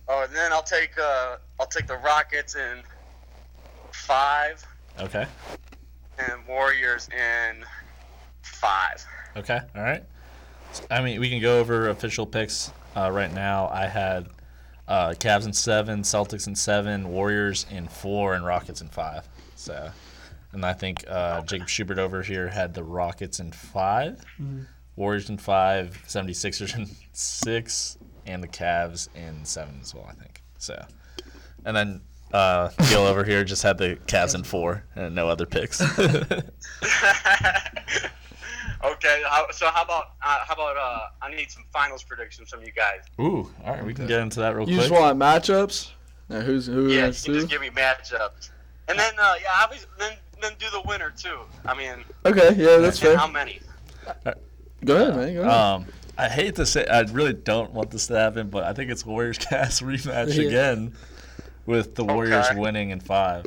S9: oh and then I'll take uh, I'll take the Rockets in five
S1: okay.
S9: and Warriors in five.
S1: Okay. All right. So, I mean, we can go over official picks uh, right now. I had uh, Cavs in seven, Celtics in seven, Warriors in four, and Rockets in five. So, and I think uh, Jacob Schubert over here had the Rockets in 5
S3: Mm-hmm.
S1: Warriors in five, 76ers in six, and the Cavs in seven as well, I think. So, and then Uh, Gil over here just had the Cavs in four and no other picks.
S9: okay, how, so how about uh, how about uh, I need some finals predictions from you guys?
S1: Ooh, all right, we can get into that real
S3: You
S1: quick.
S3: just want matchups? Now who's who
S9: Yeah, you
S3: against
S9: can
S3: who?
S9: just give me matchups, and then uh, yeah, obviously, then then do the winner too. I mean,
S3: Okay, yeah, that's
S9: and
S3: fair.
S9: how many?
S3: Go ahead, man. Go ahead.
S1: um, I hate to say, I really don't want this to happen, but I think it's Warriors Cavs rematch
S2: Yeah.
S1: again, with the Warriors
S9: Okay.
S1: winning in five.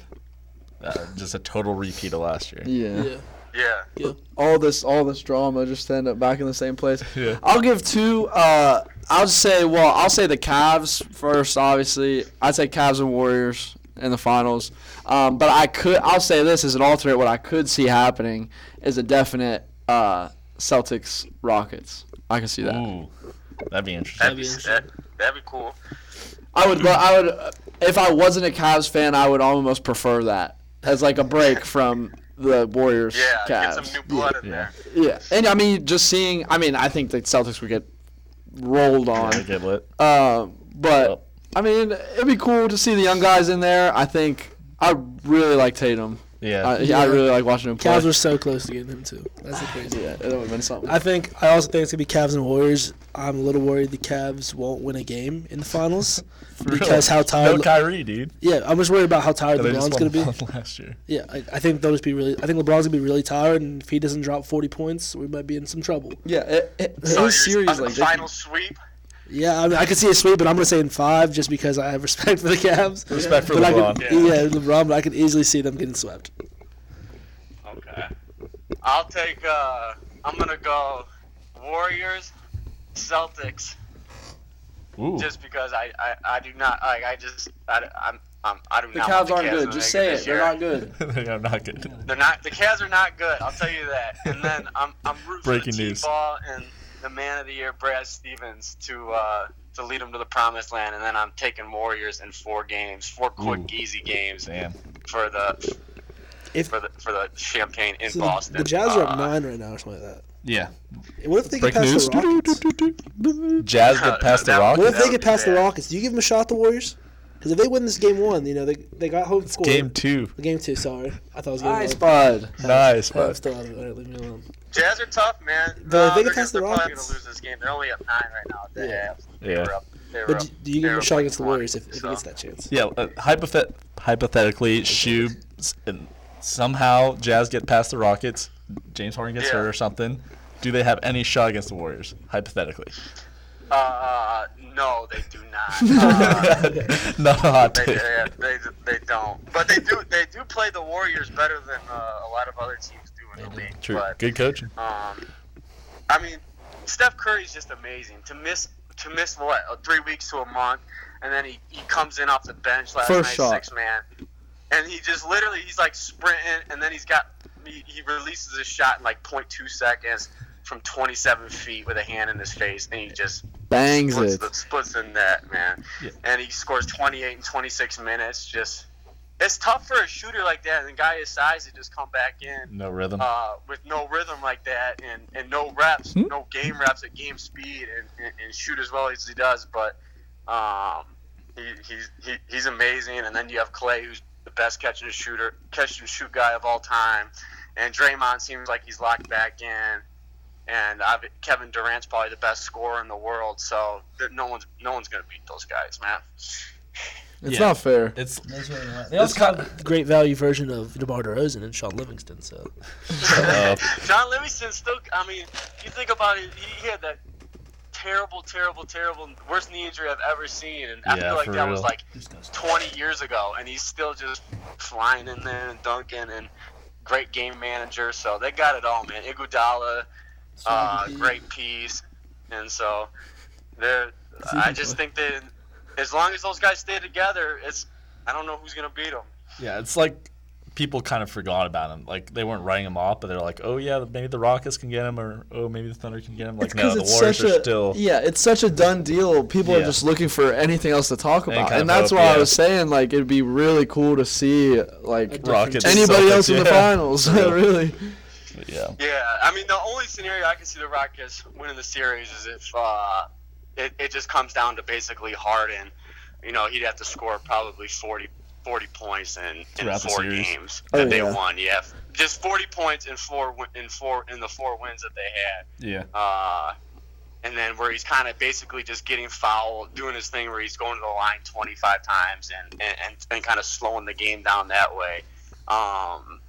S1: Uh, just a total repeat of last year.
S3: yeah.
S2: Yeah.
S9: Yeah.
S3: all this all this drama just to end up back in the same place.
S1: Yeah.
S3: I'll give two. Uh, I'll just say, well, I'll say the Cavs first. Obviously, I'd say Cavs and Warriors in the finals. Um, but I could, I'll say this as an alternate. What I could see happening is a definite uh, Celtics Rockets. I can see that.
S1: Ooh, that'd be interesting.
S9: That'd
S2: be
S9: be
S2: interesting.
S9: that'd, that'd be cool.
S3: I would. lo- I would. uh, If I wasn't a Cavs fan, I would almost prefer that as like a break from the Warriors.
S9: Yeah,
S3: Cavs.
S9: get some new blood in there.
S3: Yeah, and I mean, just seeing. I mean, I think the Celtics would get rolled on.
S1: Really good lit.
S3: Um,
S1: Yep.
S3: but I mean, it'd be cool to see the young guys in there. I think I really like Tatum.
S1: Yeah.
S2: Uh,
S3: I, yeah, I really like watching him play.
S2: Cavs were so close to getting him too. That's the crazy.
S3: yeah, that would have been something.
S2: I think I also think it's gonna be Cavs and Warriors. I'm a little worried the Cavs won't win a game in the finals because how tired.
S1: No Kyrie, dude.
S2: yeah, I'm just worried about how tired
S1: They just
S2: LeBron's
S1: won
S2: gonna be.
S1: one last year.
S2: Yeah, I, I think they'll just be really. I think LeBron's gonna be really tired, and if he doesn't drop 40 points, we might be in some trouble.
S3: yeah, it, it,
S9: So
S3: his
S9: you're
S3: series
S9: on
S3: like
S9: the final sweep.
S2: Yeah, I, mean, I could see a sweep, but I'm gonna say in five just because I have respect for the Cavs.
S1: Respect for
S2: But I
S1: LeBron.
S2: could, yeah. LeBron, but I could easily see them getting swept.
S9: Okay. I'll take. Uh, I'm gonna go Warriors, Celtics,
S1: Ooh.
S9: just because I, I, I do not like. I just I, I'm, I'm I do
S3: the
S9: not. want
S3: Cavs aren't
S9: to
S3: good.
S9: make
S3: Just say
S9: this
S3: it. They're
S9: year.
S3: not good.
S1: I'm not good.
S9: They're not. The Cavs are not good. I'll tell you that. And then I'm I'm rooting
S1: Breaking
S9: for the
S1: news.
S9: T-ball and the man of the year Brad Stevens to uh, to lead them to the promised land. And then I'm taking Warriors in four games, four quick
S1: Ooh.
S9: easy games
S1: Damn.
S9: for the
S2: If-
S9: for the for the champagne in
S2: So the-
S9: Boston.
S2: the Jazz are
S9: Uh,
S1: Ah.
S2: at nine right now, or something like
S1: Yeah.
S2: that. What if they get
S1: Break
S2: past
S1: news.
S2: the Rockets?
S1: Jazz get past the
S9: That-
S1: Rockets.
S2: What if
S9: That
S2: they
S9: would
S2: get
S9: be
S2: past the
S9: bad.
S2: Rockets? Do you give them a shot, the Warriors? Because if they win this game one, you know they they got home score.
S1: Game two.
S2: Game two. Sorry, I thought it was game
S3: nice,
S2: one.
S3: bud.
S1: Nice,
S2: Oh, I'm
S1: but
S2: still out of it. All right, leave me alone.
S9: Jazz are tough, man.
S2: But if they
S9: they're
S2: get past
S9: gonna-
S2: the
S9: they're probably
S2: Rockets-
S9: gonna lose this game. They're only up nine right now. at the
S2: Yeah.
S9: half. They were
S1: Yeah.
S9: up- they were
S2: But
S9: up-
S2: do- do you
S9: they
S2: give
S9: were
S2: them a
S9: up
S2: shot
S9: like
S2: against the
S9: 20,
S2: Warriors if, if
S9: so.
S2: it gets that chance?
S1: yeah, uh, hypothet- hypothetically, Shoe s- and somehow Jazz get past the Rockets. James Harden gets
S9: Yeah.
S1: hurt or something. Do they have any shot against the Warriors? Hypothetically,
S9: Uh, no, they do not. Uh,
S1: not a hot
S9: they,
S1: take.
S9: they, they, they don't. But they do they do play the Warriors better than uh, a lot of other teams do in the league.
S1: True.
S9: But
S1: Good coaching.
S9: um, I mean, Steph Curry's just amazing. To miss to miss what uh, three weeks to a month, and then he, he comes in off the bench last
S3: First
S9: night,
S3: shot.
S9: six man, and he just literally he's like sprinting, and then he's got he, he releases his shot in like 0.2 seconds from 27 feet with a hand in his face, and he just
S3: Bangs
S9: splits,
S3: it.
S9: the, splits in that man,
S1: Yeah.
S9: and he scores 28 and 26 minutes. Just it's tough for a shooter like that, and a guy his size to just come back in
S1: No rhythm.
S9: uh, with no rhythm like that and, and no reps, no game reps at game speed and, and, and shoot as well as he does. But um, he, he's he, he's amazing. And then you have Clay, who's the best catch and shooter, catch and shoot guy of all time. And Draymond seems like he's locked back in. And I've, Kevin Durant's probably the best scorer in the world. So there, no one's no one's gonna beat those guys, man.
S3: It's
S1: Yeah.
S3: not fair.
S1: it's
S2: They also got a great value version of DeMar DeRozan and Sean Livingston. So
S1: uh,
S9: John Livingston still. I mean, you think about it. He, he had that terrible, terrible, terrible, worst knee injury I've ever seen, and I
S1: Yeah,
S9: feel like
S1: for
S9: that was
S1: real.
S9: like 20 years ago, and he's still just flying in there and dunking and great game manager. So they got it all, man. Iguodala, uh, great piece, and so they're. I just think that as long as those guys stay together, it's. I don't know who's gonna beat them.
S1: yeah, it's like people kind of forgot about him. Like they weren't writing him off, but they're like, oh yeah, maybe the Rockets can get him, or oh maybe the Thunder can get him. Like
S3: It's
S1: no,
S3: 'cause
S1: the
S3: it's
S1: Warriors
S3: such
S1: are
S3: a e
S1: still.
S3: yeah, it's such a done deal. People
S1: Yeah.
S3: are just looking for anything else to talk about,
S1: kind
S3: and
S1: of
S3: that's
S1: hope,
S3: why I
S1: yeah.
S3: was saying like it'd be really cool to see like
S1: Rockets.
S3: anybody
S1: Celtics,
S3: else in the
S1: yeah.
S3: finals. really.
S1: Yeah.
S9: Yeah, I mean the only scenario I can see the Rockets winning the series is if uh, it, it just comes down to basically Harden. You know, he'd have to score probably 40, 40 points in, in
S1: Throughout the
S9: four
S1: series.
S9: games
S3: Oh,
S9: that they
S3: yeah.
S9: won. Yeah, just 40 points in four wi- in four in the four wins that they had.
S1: Yeah.
S9: Uh, and then where he's kind of basically just getting fouled, doing his thing where he's going to the line 25 times and, and, and, and kind of slowing the game down that way. Um,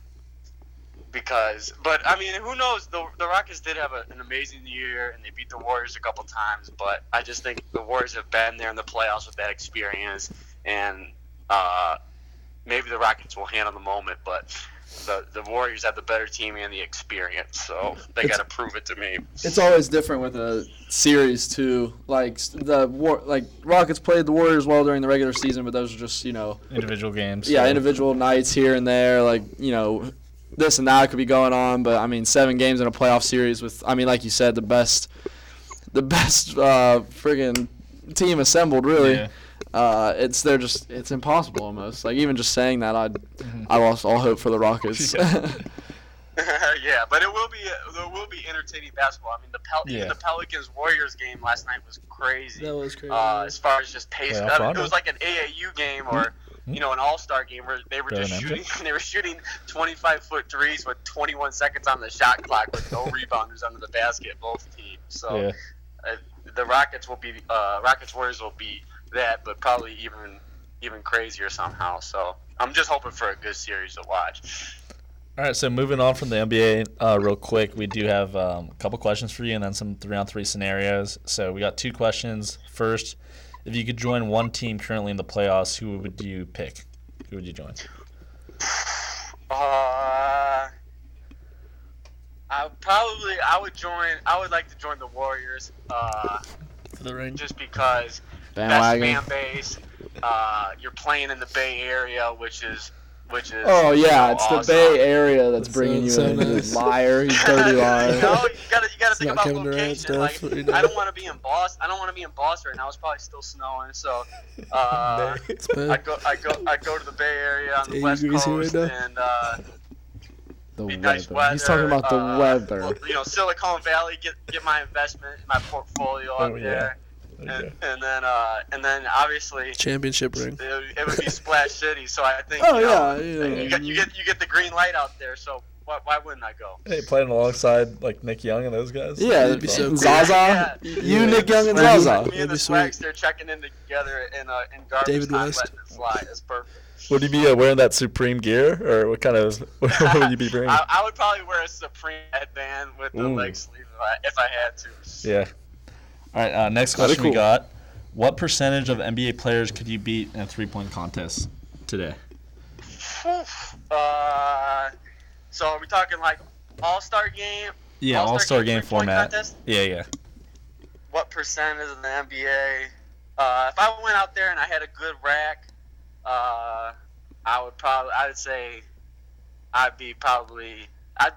S9: because, but I mean, who knows? The, the Rockets did have a, an amazing year and they beat the Warriors a couple times, but I just think the Warriors have been there in the playoffs with that experience. And uh, maybe the Rockets will handle the moment, but. The, the Warriors have the better team and the experience, so they got to prove it to me.
S3: It's always different with a series too. Like s- the war, like Rockets played the Warriors well during the regular season, but those are just you know,
S1: Individual games.
S3: yeah, individual nights here and there. Like you know, this and that could be going on, but I mean, seven games in a playoff series with, I mean, like you said, the best, the best uh, friggin' team assembled. Really,
S1: Yeah.
S3: uh, it's they're just it's impossible almost. Like even just saying that, I would I lost all hope for the Rockets.
S1: Yeah.
S9: yeah, but it will be there will be entertaining basketball. I mean, the Pel-
S1: Yeah.
S9: even the Pelicans Warriors game last night was crazy.
S2: That was crazy.
S9: Uh, as far as just
S1: Playoff
S9: pace, I mean, it
S1: Rondo.
S9: was like an AAU game or you know an All Star game where they were
S1: Better
S9: just
S1: than empty.
S9: shooting they were shooting 25 foot threes with 21 seconds on the shot clock with no rebounders under the basket, both teams. So
S1: Yeah.
S9: uh, the Rockets will be uh, Rockets Warriors will be that, but probably even even crazier somehow. So I'm just hoping for a good series to watch.
S1: All right, so moving on from the NBA, uh, real quick, we do have um, a couple questions for you, and then some three-on-three scenarios. So we got two questions. First, if you could join one team currently in the playoffs, who would you pick? Who would you join?
S9: Uh, I would probably I would join. I would like to join the Warriors. Uh,
S6: for the ring.
S9: just because
S3: Bandwagon.
S9: best fan base. Uh, you're playing in the Bay Area, which is which is.
S3: Oh yeah,
S9: so
S3: it's
S9: awesome.
S3: the Bay Area that's bringing you
S6: so
S3: in. you
S6: nice.
S3: Liar, you dirty liar.
S9: no, you gotta you gotta think
S6: not
S9: about
S6: Kevin Durant
S9: location.
S6: stuff,
S9: Like,
S6: you know.
S9: I don't want to be in Boston. I don't want to be in Boston right now. It's probably still snowing, so uh,
S6: It's bad.
S9: I go I go I go to the Bay Area on the
S6: 80
S9: West
S6: degrees
S9: Coast
S6: here right now.
S9: and. Uh,
S3: The
S9: be nice
S3: weather. He's talking about the
S9: uh,
S3: weather.
S9: You know, Silicon Valley, get get my investment, my portfolio up
S1: Oh, yeah.
S9: there,
S1: There you
S9: and, and then uh, and then obviously it,
S6: Championship ring.
S9: would- it would be Splash City. So I think.
S3: Oh
S9: you know,
S3: yeah,
S9: You
S3: yeah.
S9: get you get you get the green light out there. So why, why wouldn't I go?
S1: Hey, playing alongside like Nick Young and those guys.
S3: Yeah,
S6: That'd be so
S3: Zaza,
S9: cool.
S3: you, Nick Young, and
S6: Yeah.
S3: Zaza.
S9: Me
S6: That'd
S9: and
S6: be
S9: the
S6: sweet.
S9: swags, they're checking in together in uh, in garbage
S6: David
S9: time,
S6: West.
S9: letting it fly. It's perfect.
S1: Would you be uh, wearing that Supreme gear, or what kind of what would you Oh, be bringing?
S9: I, I would probably wear a Supreme headband with the
S1: Ooh.
S9: leg sleeve if I, if I had to.
S1: yeah. All right. Uh, next
S3: That'd be
S1: question we
S3: cool.
S1: got: What percentage of NBA players could you beat in a three-point contest today?
S9: Uh, so are we talking like All Star game?
S1: Yeah,
S9: All-Star
S1: All Star
S9: game
S1: game
S9: three-point
S1: format.
S9: contest?
S1: Yeah, yeah.
S9: What percent is in the NBA? Uh, if I went out there and I had a good rack, uh, I would probably I would say I'd be probably I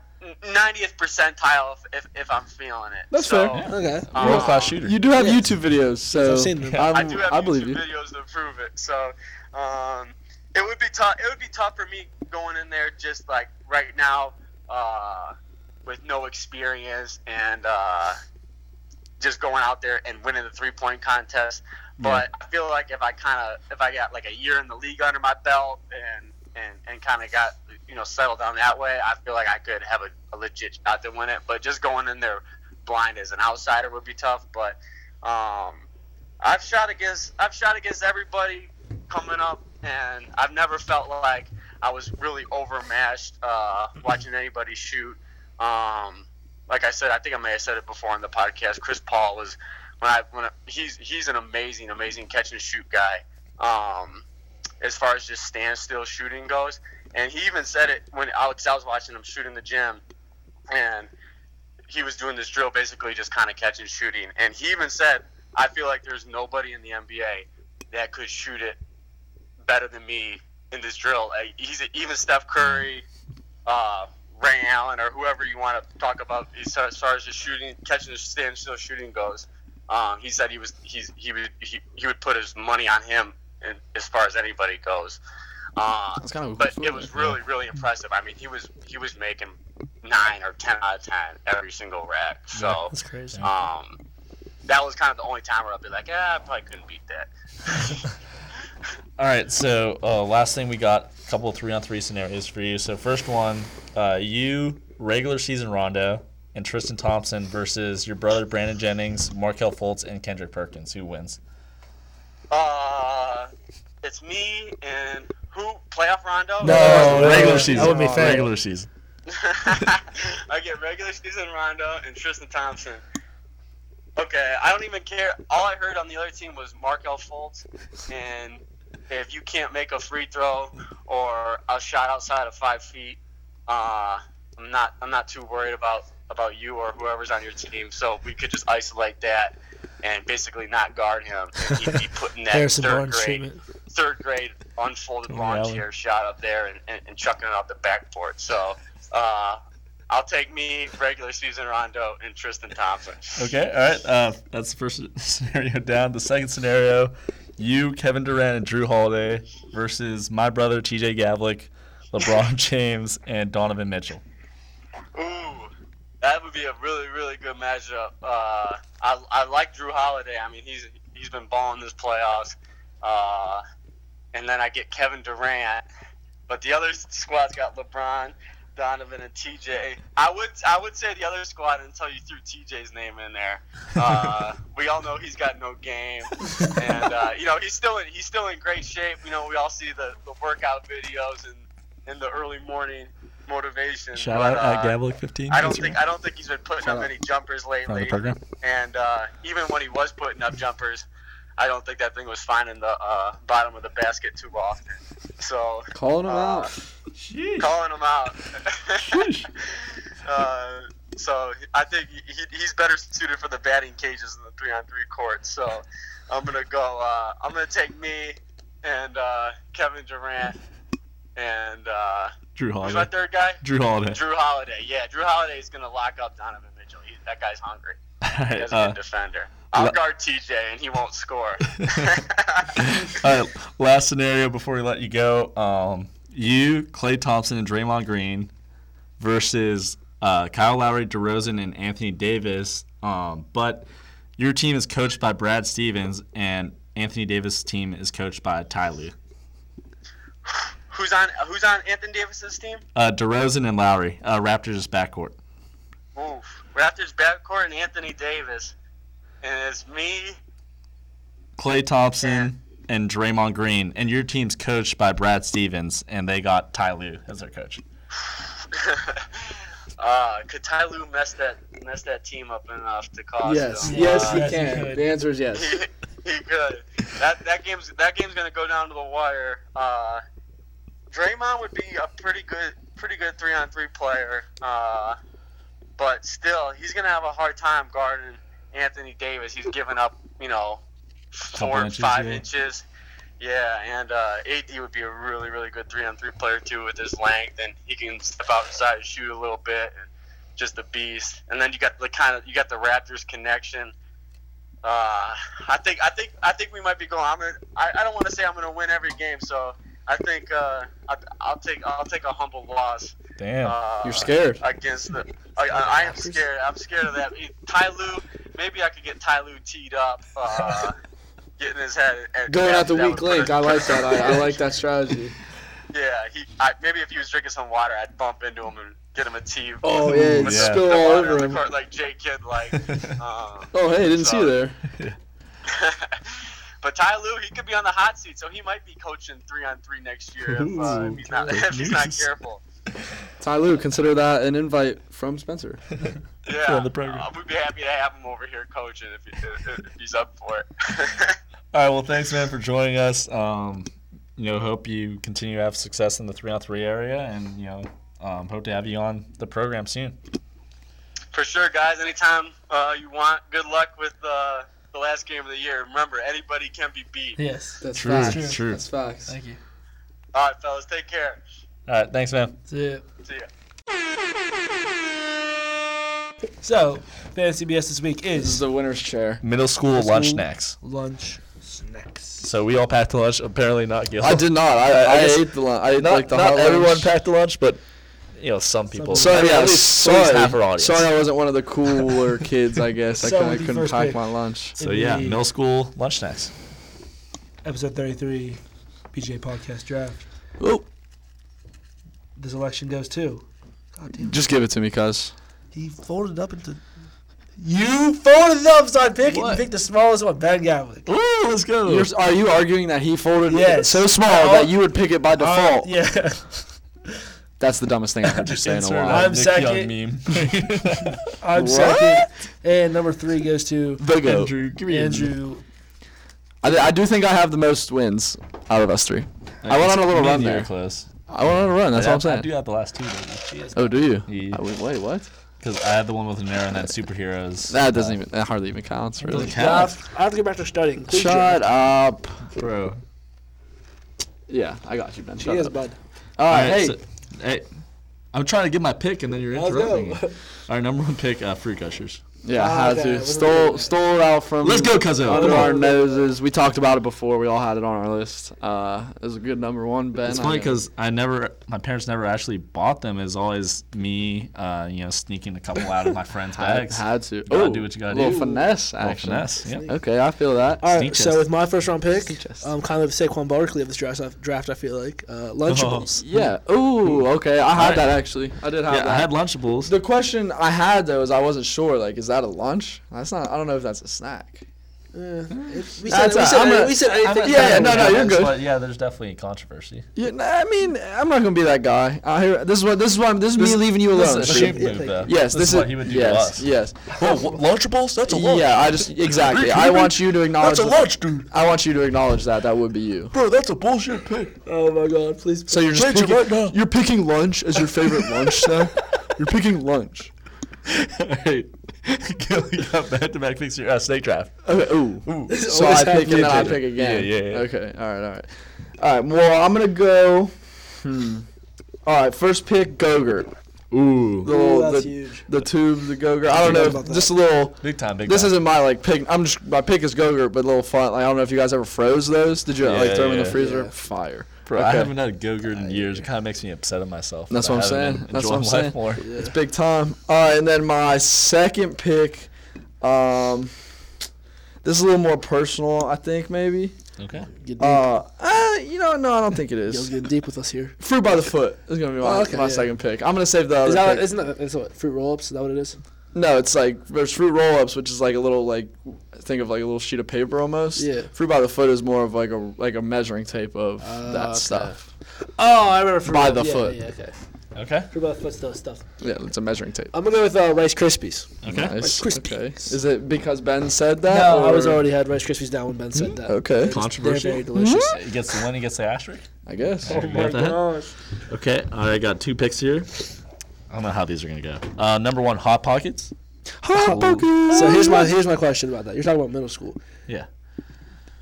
S9: ninetieth percentile if, if if I'm feeling it.
S3: That's
S9: so,
S3: fair.
S6: Okay.
S9: um,
S1: World class shooter.
S3: You do have
S6: Yeah.
S3: YouTube videos, so
S6: I've seen them.
S3: I'm-
S9: I do have
S3: I
S9: YouTube
S3: believe you.
S9: videos to prove it. So, um, it would be tough. It would be tough for me going in there just like right now, uh, with no experience and uh, just going out there and winning the three point contest. But I feel like if I kind of if I got like a year in the league under my belt and and, and kind of got you know settled down that way, I feel like I could have a, a legit shot to win it. But just going in there blind as an outsider would be tough. But um, I've shot against I've shot against everybody coming up, and I've never felt like I was really overmatched uh, watching anybody shoot. Um, like I said, I think I may have said it before on the podcast. Chris Paul was when I when I, he's he's an amazing amazing catch and shoot guy. Um, as far as just standstill shooting goes, and he even said it when Alex I was watching him shoot in the gym, and he was doing this drill, basically just kind of catch and shooting. And he even said, I feel like there's nobody in the NBA that could shoot it better than me in this drill. Like, He's even Steph Curry, uh, Ray Allen, or whoever you want to talk about as far as far as the shooting, catching the standstill shooting goes. Um, he said he was he's, he would he, he would put his money on him in, as far as anybody goes. Uh,
S6: That's kind of a
S9: but
S6: cool
S9: it was really really impressive. I mean, he was he was making nine or ten out of ten every single rack. So
S2: That's crazy.
S9: um, that was kind of the only time where I'd be like, yeah, I probably couldn't beat that.
S1: All right, so uh, last thing we got a couple of three on three scenarios for you. So first one, uh, you regular season Rondo and Tristan Thompson versus your brother Brandon Jennings, Markel Fultz, and Kendrick Perkins. Who wins?
S9: Uh, it's me and who playoff Rondo.
S12: No,
S1: regular
S12: that
S1: season.
S12: would be fair.
S1: Regular season.
S9: I get regular season Rondo and Tristan Thompson. Okay, I don't even care. All I heard on the other team was Markel Fultz, and if you can't make a free throw or a shot outside of five feet, uh, I'm not I'm not too worried about about you or whoever's on your team. So we could just isolate that and basically not guard him. And he'd be putting that
S2: Harrison
S9: third
S2: Barnes
S9: grade
S2: treatment.
S9: third grade unfolded lawn
S12: Allen.
S9: chair shot up there and, and, and chucking it out the backboard. So uh, I'll take me regular season Rondo and Tristan Thompson.
S1: Okay, all right. Uh, that's the first scenario down. The second scenario, you, Kevin Durant, and Drew Holiday versus my brother TJ Gavlik, LeBron James, and Donovan Mitchell.
S9: Ooh, that would be a really really good matchup. Uh, I, I like Drew Holiday. I mean he's he's been balling this playoffs. Uh, and then I get Kevin Durant, but the other squad's got LeBron. Donovan and TJ. I would I would say the other squad until you threw TJ's name in there. Uh, we all know he's got no game, and uh, you know he's still in he's still in great shape. You know we all see the, the workout videos and in the early morning motivation.
S1: Shout
S9: but,
S1: out at
S9: uh,
S1: Gavlik fifteen.
S9: I don't think I don't think he's been putting
S3: Shout
S9: up
S3: out.
S9: any jumpers
S1: from the
S9: lately.
S1: program.
S9: And uh, even when he was putting up jumpers, I don't think that thing was finding the uh, bottom of the basket too often. So
S3: Calling him
S9: Uh,
S3: out.
S9: calling him out. uh, so I think he, he- he's better suited for the batting cages than the three on three court. So I'm gonna go. Uh, I'm gonna take me and uh, Kevin Durant and uh,
S1: Drew
S9: who's my
S1: Holiday.
S9: third guy?
S1: Drew Holiday.
S9: Drew Holiday. Yeah, Drew Holiday is gonna lock up Donovan Mitchell. He, that guy's hungry.
S1: All
S9: He
S1: right,
S9: has a
S1: uh,
S9: good defender. I'll
S1: la-
S9: guard TJ and he won't score.
S1: All right, last scenario before we let you go. Um, you, Clay Thompson, and Draymond Green versus uh, Kyle Lowry, DeRozan, and Anthony Davis. Um, but your team is coached by Brad Stevens, and Anthony Davis' team is coached by Ty Lue.
S9: who's on Who's on Anthony Davis's team?
S1: Uh, DeRozan and Lowry, uh, Raptors' backcourt.
S9: Oof. Raptors backcourt and Anthony Davis. And it's me.
S1: Clay Thompson and Draymond Green, and your team's coached by Brad Stevens, and they got Ty Lue as their coach.
S9: uh, could Ty Lue mess that mess that team up enough to cause
S3: Yes,
S9: them?
S3: yes,
S9: Uh,
S3: he
S2: Yes, he
S3: can.
S2: could.
S3: the answer is yes.
S9: he, he could. That that game's that game's gonna go down to the wire. Uh, Draymond would be a pretty good pretty good three on three player, uh, but still he's gonna have a hard time guarding Anthony Davis. He's giving up you know
S1: Couple
S9: four
S1: inches,
S9: five
S1: yeah.
S9: inches. Yeah, and uh, AD would be a really really good three on three player too with his length, and he can step outside and shoot a little bit. And, just a beast, and then you got the kind of you got the Raptors connection. Uh, I think I think I think we might be going. I'm gonna, I, I don't want to say I'm going to win every game, so I think uh, I, I'll take I'll take a humble loss.
S1: Damn.
S9: Uh,
S3: You're scared.
S9: against the. I, I, I am scared. I'm scared of that. Ty Lue, maybe I could get Ty Lue teed up, uh, getting his head. and-
S3: Going at the
S9: that
S3: weak
S9: would put
S3: link.
S9: a-
S3: I like that. I, I like that strategy.
S9: Yeah, he. I, maybe if he was drinking some water, I'd bump into him and get him a tee.
S3: Oh yeah,
S9: With
S3: it'd
S1: Yeah.
S3: spill
S9: the
S3: all
S9: water on
S3: over
S9: the
S3: him.
S9: court like Jay Kidd, like. Uh,
S3: Oh hey, didn't see you there.
S9: but Ty Lue, he could be on the hot seat, so he might be coaching three on three next year if, uh, if, he's, not, if he's not careful.
S3: Ty Lue, consider that an invite from Spencer.
S9: Yeah,
S1: on the program.
S9: uh, we'd be happy to have him over here coaching if, he, if if he's up for it.
S1: All right. Well, thanks, man, for joining us. Um, you know, hope you continue to have success in the three on three area, and you know, um, hope to have you on the program soon.
S9: for sure, guys. Anytime uh, you want, good luck with uh, the last game of the year. Remember, anybody can be beat.
S2: Yes.
S3: That's
S1: True,
S3: facts.
S1: true. True.
S3: That's facts.
S13: Thank you.
S9: All right, fellas, take care.
S1: All right. Thanks, man.
S2: That's it.
S9: See ya.
S2: So, Fantasy BS this week
S3: This is
S2: is
S3: the winner's chair.
S1: Middle school lunch snacks.
S2: lunch snacks.
S1: So we all packed lunch. Apparently, not Gil.
S3: I did not. I,
S1: I- I
S3: I,
S1: guess-
S3: ate the lunch. I ate
S1: Not,
S3: like the
S1: not
S3: hot
S1: everyone
S3: lunch.
S1: packed lunch, but you know, some people.
S2: people.
S3: Sorry,
S1: I mean,
S3: yeah,
S1: at least, at
S3: sorry.
S1: least half our audience.
S3: sorry, I wasn't one of the cooler kids. I guess I,
S2: So
S3: couldn't- I
S2: the
S3: couldn't
S2: first
S3: pack
S2: pick.
S3: my lunch.
S1: So yeah, middle school lunch snacks.
S2: Episode 33. PGA Podcast Draft.
S3: Ooh.
S2: This election goes too. God damn.
S3: Just give it to me, cuz.
S2: He folded up into. You folded up, so I picked. You picked the smallest one, Ben Gavlik.
S3: Ooh, let's go. You're, are you arguing that he folded it
S2: Yes.
S3: so small
S1: Oh.
S2: Uh,
S3: that you would pick it by default?
S2: Yeah.
S3: That's the dumbest thing I've heard you say in a
S1: Insert
S3: while.
S2: I'm
S1: Nick
S2: second.
S1: Young meme.
S2: I'm second. And number three goes to
S3: The goat.
S1: Andrew, give me
S2: Andrew.
S3: I, th- I do think I have the most wins out of us three. I went on a little run there.
S1: Close.
S3: I went on a run. That's all I'm
S1: I do
S3: saying.
S1: have the last two. Because
S3: Oh, do you?
S1: Yeah.
S3: I went, wait, what?
S1: I had the one with an arrow and then superheroes.
S3: That doesn't even. That hardly even counts, really.
S2: I have, I have to go back to studying. Please, Jordan.
S3: Shut up.
S1: bro.
S3: Yeah, I got you, Ben. Shut
S2: Yes,
S3: up.
S2: bud.
S3: All
S1: All
S3: right,
S1: right,
S3: hey.
S1: so- hey, I'm trying to get my pick, and then you're
S2: Let's
S1: interrupting. me.
S2: go.
S1: All right, number one pick, uh, Fruit Gushers.
S3: yeah,
S2: Ah,
S3: had
S2: okay,
S3: to.
S2: we're
S3: Stole,
S2: good.
S3: stole it out from.
S1: Let's go, Cuzzo.
S3: Under
S1: Come
S3: our
S1: on.
S3: noses. We talked about it before. We all had it on our list. Uh, it was a good number one, Ben.
S1: It's
S3: I
S1: funny
S3: know.
S1: because I never, my parents never actually bought them. It's always me, uh, you know, sneaking a couple out of my friends'
S3: had,
S1: bags.
S3: had to.
S1: gotta
S3: Ooh,
S1: do what you gotta
S3: little
S1: do.
S3: finesse,
S1: Little
S3: action.
S1: finesse, yeah.
S3: Okay, I feel that.
S2: All
S1: Sneak
S2: right, so
S1: test.
S2: with my first round pick,
S3: test.
S2: um, kind of Saquon Barkley of this draft, draft I feel like. Uh, Lunchables.
S3: Yeah. Ooh. Okay. I had
S1: Alright.
S3: that actually. I did have
S1: Yeah,
S3: that.
S1: I had Lunchables.
S3: the question I had though is I wasn't sure. Like, is that a lunch? That's not. I don't know if that's a snack.
S2: Eh, it- we, said,
S3: That's
S2: we,
S3: a-
S2: said,
S3: I'm a-
S2: we said
S1: I'm
S2: anything.
S1: not-
S3: Oh. yeah,
S1: I'm
S3: no,
S1: not-
S3: no, you're good.
S1: But yeah, there's definitely controversy.
S3: Yeah, nah, I mean, I'm not gonna be that guy. I hear this is what this is what I'm, this is me leaving you alone.
S1: This is a
S3: Shreem.
S1: sheep
S2: yeah,
S1: move,
S2: thank
S1: though.
S3: Yes, this,
S1: is what he would do to us.
S3: yes, yes.
S1: Lunchables? That's
S3: Yeah, I just exactly. I want you to acknowledge. the-
S1: dude.
S3: I want you to acknowledge that. That would be you.
S1: Bro, that's a bullshit pick.
S2: Oh my God! Please.
S3: So you're just
S1: Change it
S3: picking,
S1: right now.
S3: you're picking lunch as your favorite lunch though. You're picking lunch.
S1: Alright. Gilly got back to back picks here. Uh, snake draft.
S3: Okay, ooh. So I
S2: Always
S3: pick
S2: happening.
S3: and then I pick again.
S1: Yeah, yeah, yeah.
S3: Okay. All right. All right. All right. Well, I'm gonna go. Hmm. All right. First pick, Gogurt.
S1: Ooh.
S3: The,
S2: Ooh,
S3: little-
S2: that's
S3: the,
S2: huge.
S3: the tube, the Gogurt. I don't
S2: forgot
S3: know.
S2: about that.
S3: Just a little.
S1: Big time, big
S3: This
S1: time.
S3: isn't my like pick. I'm just my pick is Gogurt, but a little fun. Like, I don't know if you guys ever froze those. Did you like
S1: Yeah,
S3: throw them in the
S1: yeah.
S3: freezer? Fire.
S1: Bro, I
S3: okay. Uh,
S1: haven't had a Go-Gurt in years. It kind of makes me upset at myself.
S3: That's
S1: that I
S3: what I'm
S1: haven't
S3: saying.
S1: been
S3: That's what I'm
S1: enjoying
S3: saying.
S1: life more.
S3: It's big time. All right, and then my second pick. Um, this is a little more personal, I think maybe.
S1: Okay.
S2: Get deep.
S3: Uh, uh you know, no, I don't think it
S2: Y'all's
S3: is.
S2: getting deep with us here.
S3: Fruit by the foot is gonna be my,
S2: Oh, okay,
S3: my
S2: yeah.
S3: second pick. I'm gonna save the other.
S2: Is that
S3: pick.
S2: isn't that that's what fruit roll-ups? Is that what it is?
S3: no, it's like there's fruit roll ups, which is like a little like think of like a little sheet of paper almost.
S2: Yeah.
S3: Fruit by the foot is more of like a like a measuring tape of that
S2: okay.
S3: stuff.
S2: Oh, I remember fruit
S3: By
S2: roll-
S3: the
S2: yeah,
S3: foot.
S2: Yeah, okay.
S1: Okay.
S2: Fruit by the foot's still stuff.
S3: Yeah, it's a measuring tape.
S2: I'm gonna go with uh, Rice Krispies.
S1: Okay.
S3: Nice.
S2: Like
S3: Okay.
S2: Krispies.
S3: Is it because Ben said that?
S2: No, I was
S3: or-
S2: already had Rice Krispies down when Ben said that.
S3: Okay.
S2: They're
S1: Controversial.
S2: very delicious.
S1: He gets the win. He gets the asterisk.
S3: I guess.
S1: Oh my gosh. Okay. All right. I got two picks here. I don't know how these are gonna go. Uh, number one, Hot Pockets.
S3: Hot pocket.
S2: So here's my here's my question about that. You're talking about middle school,
S1: Yeah.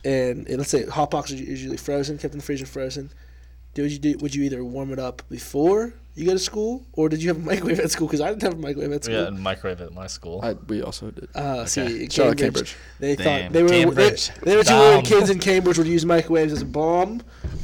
S2: and, and let's say hot pockets are usually frozen, kept in the freezer frozen. Do would you do, would you either warm it up before you go to school, or did you have a microwave at school? Because I didn't have a microwave at school.
S1: Yeah, and microwave at my school.
S3: I, we also did.
S2: Uh, see, in
S3: Shout out Cambridge.
S2: Cambridge. They
S1: Damn,
S2: thought they were
S1: Cambridge.
S2: they, they were two
S1: Bomb.
S2: little kids in Cambridge would use microwaves as a bomb.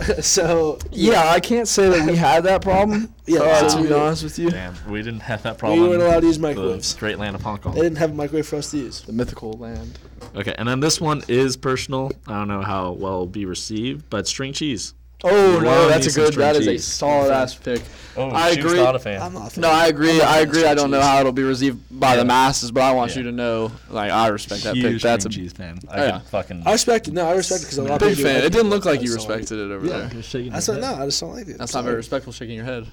S2: so
S3: Yeah, I can't say that we had that problem.
S2: Yeah,
S3: uh,
S2: so
S3: to be
S2: we-
S3: honest with you,
S1: Damn, we didn't have that
S2: we
S1: problem.
S2: weren't allowed to use
S1: the
S2: microwaves.
S1: straight land of Hong Kong.
S2: They didn't have a microwave for us to use.
S3: the mythical land.
S1: Okay, and then this one is personal. I don't know how well it'll be received, but string cheese.
S3: Oh
S1: Love
S3: no, that's a
S1: me some
S3: good.
S1: string
S3: That is a
S1: cheese.
S3: solid ass pick.
S1: Oh,
S3: I
S1: she was
S3: agree.
S1: not a fan.
S2: I'm not. a fan.
S3: No, I agree. I agree. I don't know how it'll be received by
S1: Yeah.
S3: the masses, but I want
S1: Yeah.
S3: you to know, like, I respect that pick.
S1: Huge
S3: That's a
S1: string cheese fan. I
S3: Yeah.
S1: could fucking.
S2: Oh, I respect it. No, I respect it because a lot of
S3: big
S2: people
S3: fan.
S2: like
S3: It didn't look like
S2: I
S3: you
S2: just don't like
S3: respected it over there.
S2: That's not. No, I just don't like it.
S3: That's not very respectful. Shaking your head.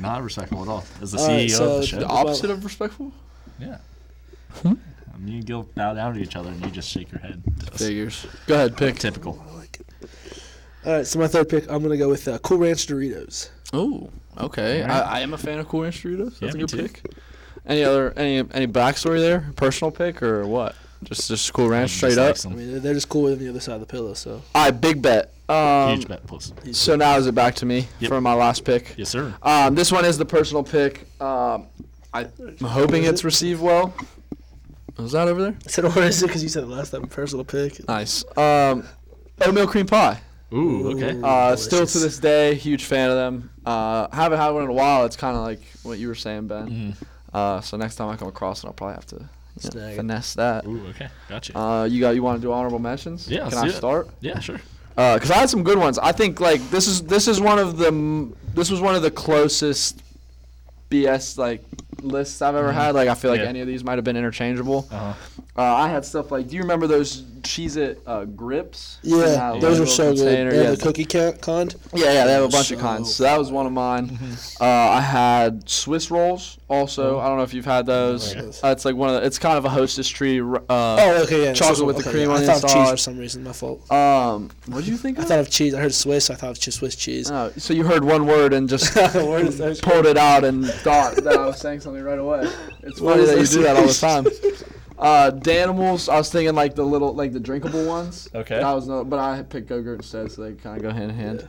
S1: Not respectful at all. As the
S2: All
S1: CEO
S2: right,
S1: of
S2: so
S1: the show.
S3: The
S2: Yeah.
S3: opposite of respectful.
S1: yeah. Um, you and Gil bow down to each other and you just shake your head.
S3: Figures. Go ahead, pick.
S1: Typical.
S2: All right, so my third pick, I'm gonna go with uh, Cool Ranch Doritos.
S3: Oh, okay. I, I am a fan of Cool Ranch Doritos.
S1: Yeah,
S3: That's
S1: me
S3: a good
S1: too.
S3: pick. Any other any any backstory there? Personal pick or what? Just just Cool Ranch
S1: Mm,
S3: straight up.
S2: I mean, they're, they're just cooler than the other side of the pillow. So
S3: All right, big bet. Um,
S1: Huge bet, plus.
S3: so now is it back to me
S1: Yep.
S3: for my last pick?
S1: Yes, sir.
S3: Um, this one is the personal pick. Um, I, I'm hoping
S2: Is
S3: it's
S2: it?
S3: received well. Was that over there?
S2: I said, what is it? Because you said it last time, personal pick.
S3: Nice. Um, oatmeal cream pie.
S1: Ooh, okay.
S2: Ooh. um,
S3: Uh, still to
S2: Delicious.
S3: this day, huge fan of them. Uh, haven't had one in a while. It's kind of like what you were saying, Ben.
S1: Mm-hmm.
S3: Uh, so next time I come across, it, I'll probably have to you know,
S2: Snag it.
S3: finesse that.
S1: Ooh, okay. Gotcha.
S3: Uh, you got you want to do honorable mentions?
S1: Yeah,
S3: Can
S1: let's
S3: I
S1: do it.
S3: start?
S1: yeah, sure.
S3: because Uh, I had some good ones. I think like this is this is one of the m- this was one of the closest BS like lists I've ever had. Like I feel like
S14: Mm-hmm. Yeah.
S3: any of these might have been interchangeable.
S14: Uh-huh.
S3: Uh, I had stuff like, do you remember those Cheez-It uh, grips? They had
S2: Yeah,
S3: a
S2: those are
S3: little
S2: so
S3: container,
S2: good. They
S3: yeah.
S2: have the cookie ca- kind.
S3: Yeah, yeah, they have a bunch of
S2: So
S3: kinds. So that was one of mine. Uh, I had Swiss rolls also.
S14: Mm-hmm.
S3: I don't know if you've had those. Uh, it's like one of the, it's kind of a hostess tree. r- Uh,
S2: Oh, okay, yeah.
S3: Chocolate
S2: so-
S3: with the
S2: okay,
S3: cream
S2: yeah.
S3: on the
S2: I thought of cheese
S3: inside.
S2: for some reason. My fault.
S3: Um, what do you think
S2: I
S3: of?
S2: thought of cheese. I heard Swiss. I thought of just Swiss cheese.
S3: Oh, so you heard one word and just
S2: Word is so
S3: pulled it out and thought that I was saying something right away. It's
S2: Word
S3: funny
S2: is
S3: that you
S2: so
S3: do that all the time.
S2: strange.
S3: Uh, Danimals, I was thinking like the little, like the drinkable ones.
S14: Okay.
S3: That was another, but I had picked Go-Gurt instead, so they kind of go hand in hand.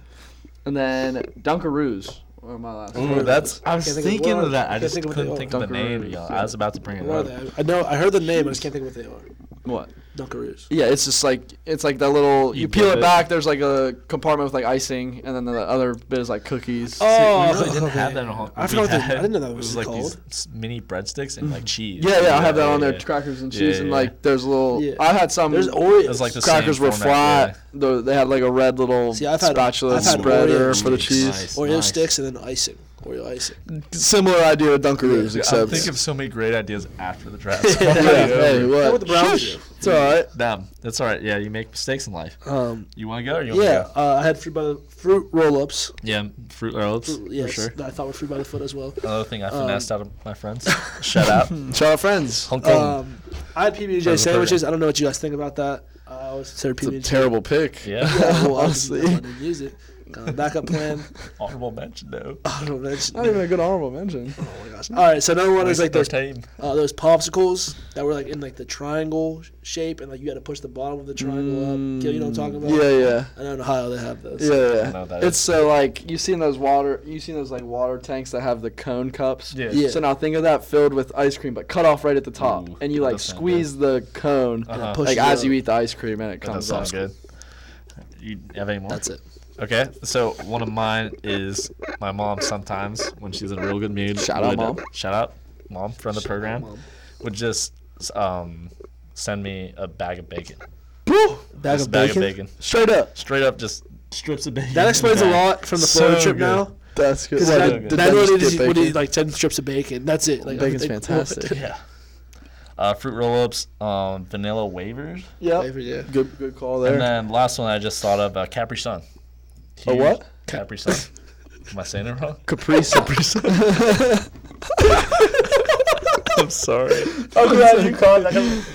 S3: And then Dunkaroos were my last.
S2: Mm.
S1: Ooh, that's. I
S2: can't
S1: was
S2: think of
S1: thinking
S2: what-
S1: of that.
S2: I
S1: I
S2: can't
S1: just
S2: think of what
S1: couldn't
S2: they
S1: think
S3: are.
S1: of the name.
S3: Dunkaroos,
S1: y'all.
S3: yeah.
S1: I was about to bring it
S2: What are
S1: up.
S2: they? I know. I heard the name. I just can't think of what they are.
S3: What?
S2: Dunkaroos.
S3: Yeah, it's just like it's like that little. You, peel
S14: dip
S3: it
S14: it.
S3: back. There's like a compartment with like icing, and then the other bit is like cookies.
S2: Oh,
S1: we really didn't have
S2: okay.
S1: that in Hong Kong.
S2: I forgot.
S1: We
S2: what they-
S1: had-
S2: I didn't know that
S1: it
S2: was,
S1: like
S2: called.
S1: these s- mini breadsticks and like cheese.
S3: yeah, yeah, I have that on there.
S14: yeah.
S3: Crackers and
S14: Yeah,
S3: cheese, and
S14: yeah,
S3: like there's a little.
S2: Yeah.
S3: I've had some.
S2: There's Oreos.
S1: It was like the
S3: crackers
S1: same
S3: were
S1: format,
S3: flat. Though they had like a red little
S2: See, I've had-
S3: spatula
S2: I've had
S3: spreader
S2: Oreos.
S3: for the
S14: Jeez,
S3: cheese.
S14: nice.
S2: Oreo sticks and then icing. Oreo icing.
S3: Similar idea with Dunkaroos,
S1: Yeah,
S3: except.
S1: I'm thinking of so many great ideas after the draft.
S3: yeah, hey, what?
S2: what the Browns do.
S3: It's all right.
S1: Damn, that's all right. Yeah, you make mistakes in life.
S2: Um,
S1: You want to go or you want
S2: yeah,
S1: to go?
S2: uh, I had fruit by the fruit roll-ups.
S1: Yeah, fruit roll-ups
S2: Yes,
S1: for sure.
S2: that I thought were fruit by the foot as well.
S1: Another thing I finessed out of my friends. Shout out
S3: Shout out friends.
S1: Hong Kong.
S2: Um, I had PB and J
S1: Sorry,
S2: sandwiches. I don't know what you guys think about that. I always consider PB
S3: It's a
S2: and J.
S3: terrible pick.
S14: yeah,
S3: honestly.
S2: didn't use it. Uh, backup plan.
S1: honorable mention though.
S2: Honorable mention.
S3: Not even a good honorable mention.
S2: Oh my gosh. All right, so another one is like those
S1: team.
S2: uh, those popsicles that were like in like the triangle shape, and like you had to push the bottom of the triangle up. Kill, you know what I'm talking about?
S3: Mm, Yeah, yeah.
S2: I know in Ohio they have those.
S3: Yeah, yeah.
S14: know what that
S3: it's so like you seen those water, you seen those like water tanks that have the cone cups.
S1: Yeah.
S2: Yeah.
S3: So now think of that filled with ice cream, but cut off right at the top,
S14: Ooh,
S3: and you
S14: that
S3: like
S14: does sound
S3: squeeze the cone
S2: And it
S14: Uh-huh.
S2: pushes
S3: like as
S2: up.
S3: you eat the ice cream, and it
S14: that
S3: comes
S14: sounds
S3: off.
S14: good.
S1: You have any more?
S2: That's it.
S1: Okay, so one of mine is my mom. Sometimes when she's in a real good mood,
S3: Shout out,
S1: would-
S3: Mom.
S1: Shout out, mom, from the program, would just um, send me a bag of bacon.
S3: Woo!
S2: Bag
S1: Just
S2: of
S1: a bag
S2: bacon.
S1: of bacon,
S3: Straight up.
S1: straight up, just strips of bacon.
S2: That explains a
S1: Okay.
S2: lot from the
S1: So
S2: Florida trip
S1: good.
S2: now.
S3: That's good.
S2: Because
S1: So
S2: that,
S1: good.
S2: that
S3: Then
S2: really
S3: just
S2: is-
S3: dip
S2: would
S3: bacon.
S2: eat like ten strips of bacon. That's it. Like,
S3: Bacon's
S2: they-
S3: fantastic.
S1: Yeah. Uh, fruit roll-ups, um, vanilla wavers,
S3: Yep.
S2: Favorite, yeah.
S3: Good, good call
S1: and
S3: there.
S1: then last one I just thought of uh, Capri Sun.
S3: A
S1: Huge
S3: what?
S1: Capri Sun. Am I saying it wrong?
S3: Capri Sun.
S1: I'm sorry.
S3: I'm glad you called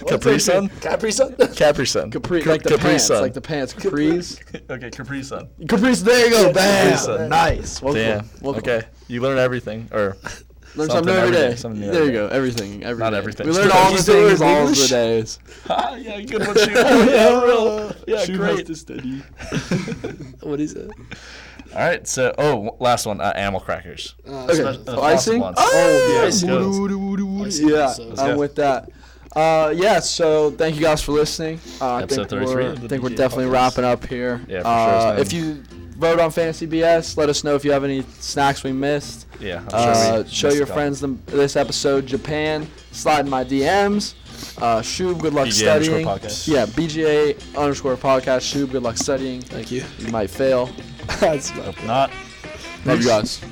S1: Capri Sun.
S2: Capri Sun.
S1: Capri Sun.
S3: Capri, like the
S1: Capri
S3: pants,
S1: Sun.
S3: like the pants. Capri's.
S1: okay, Capri Sun.
S3: Capri. There you go.
S1: Capri
S3: Bam.
S1: Sun. Nice.
S3: Welcome,
S1: Damn.
S3: welcome.
S1: Okay, you learn everything, or
S3: Learn
S1: Something
S3: something,
S1: every
S3: every
S1: day,
S3: day.
S1: something new
S3: There you
S1: every
S3: go. Everything. Every
S1: Not
S3: day.
S1: everything.
S3: We learned all
S2: You
S3: the
S2: still
S3: things,
S2: learn
S3: all the
S2: English?
S3: days.
S1: ah, yeah, good one, shoot. yeah, real. yeah, great.
S2: What is it?
S1: All right, so oh, w- last one, uh, animal crackers.
S3: Okay.
S1: Especially the
S3: Oh, icing?
S1: frosted ones.
S3: Oh,
S1: yeah.
S3: yeah.
S1: Ice cones.
S3: Woody, woody, woody,
S2: Ice
S3: woody. Yeah,
S2: cones, so-
S3: I'm
S1: Yeah.
S3: with that. Uh, yeah, so thank you guys for listening. Uh, I
S14: Episode
S3: think we're,
S14: 33
S3: I
S14: of the
S3: think we're
S14: BJ
S3: definitely
S14: podcast.
S3: wrapping up here.
S1: Yeah, for sure,
S3: uh,
S1: it's
S3: If you vote on Fantasy BS, let us know if you have any snacks we missed.
S1: Yeah, I'm sure
S3: Uh,
S1: we
S3: show
S1: missed
S3: your
S1: a couple.
S3: friends them, this episode, Japan. Slide in my DMs. Uh, Shub, good luck
S1: BJ underscore
S3: studying.
S1: podcast.
S3: Yeah, BGA underscore podcast. Shub, good luck studying.
S2: Thank you.
S3: You might fail.
S2: That's my
S1: Hope not.
S3: Love you guys.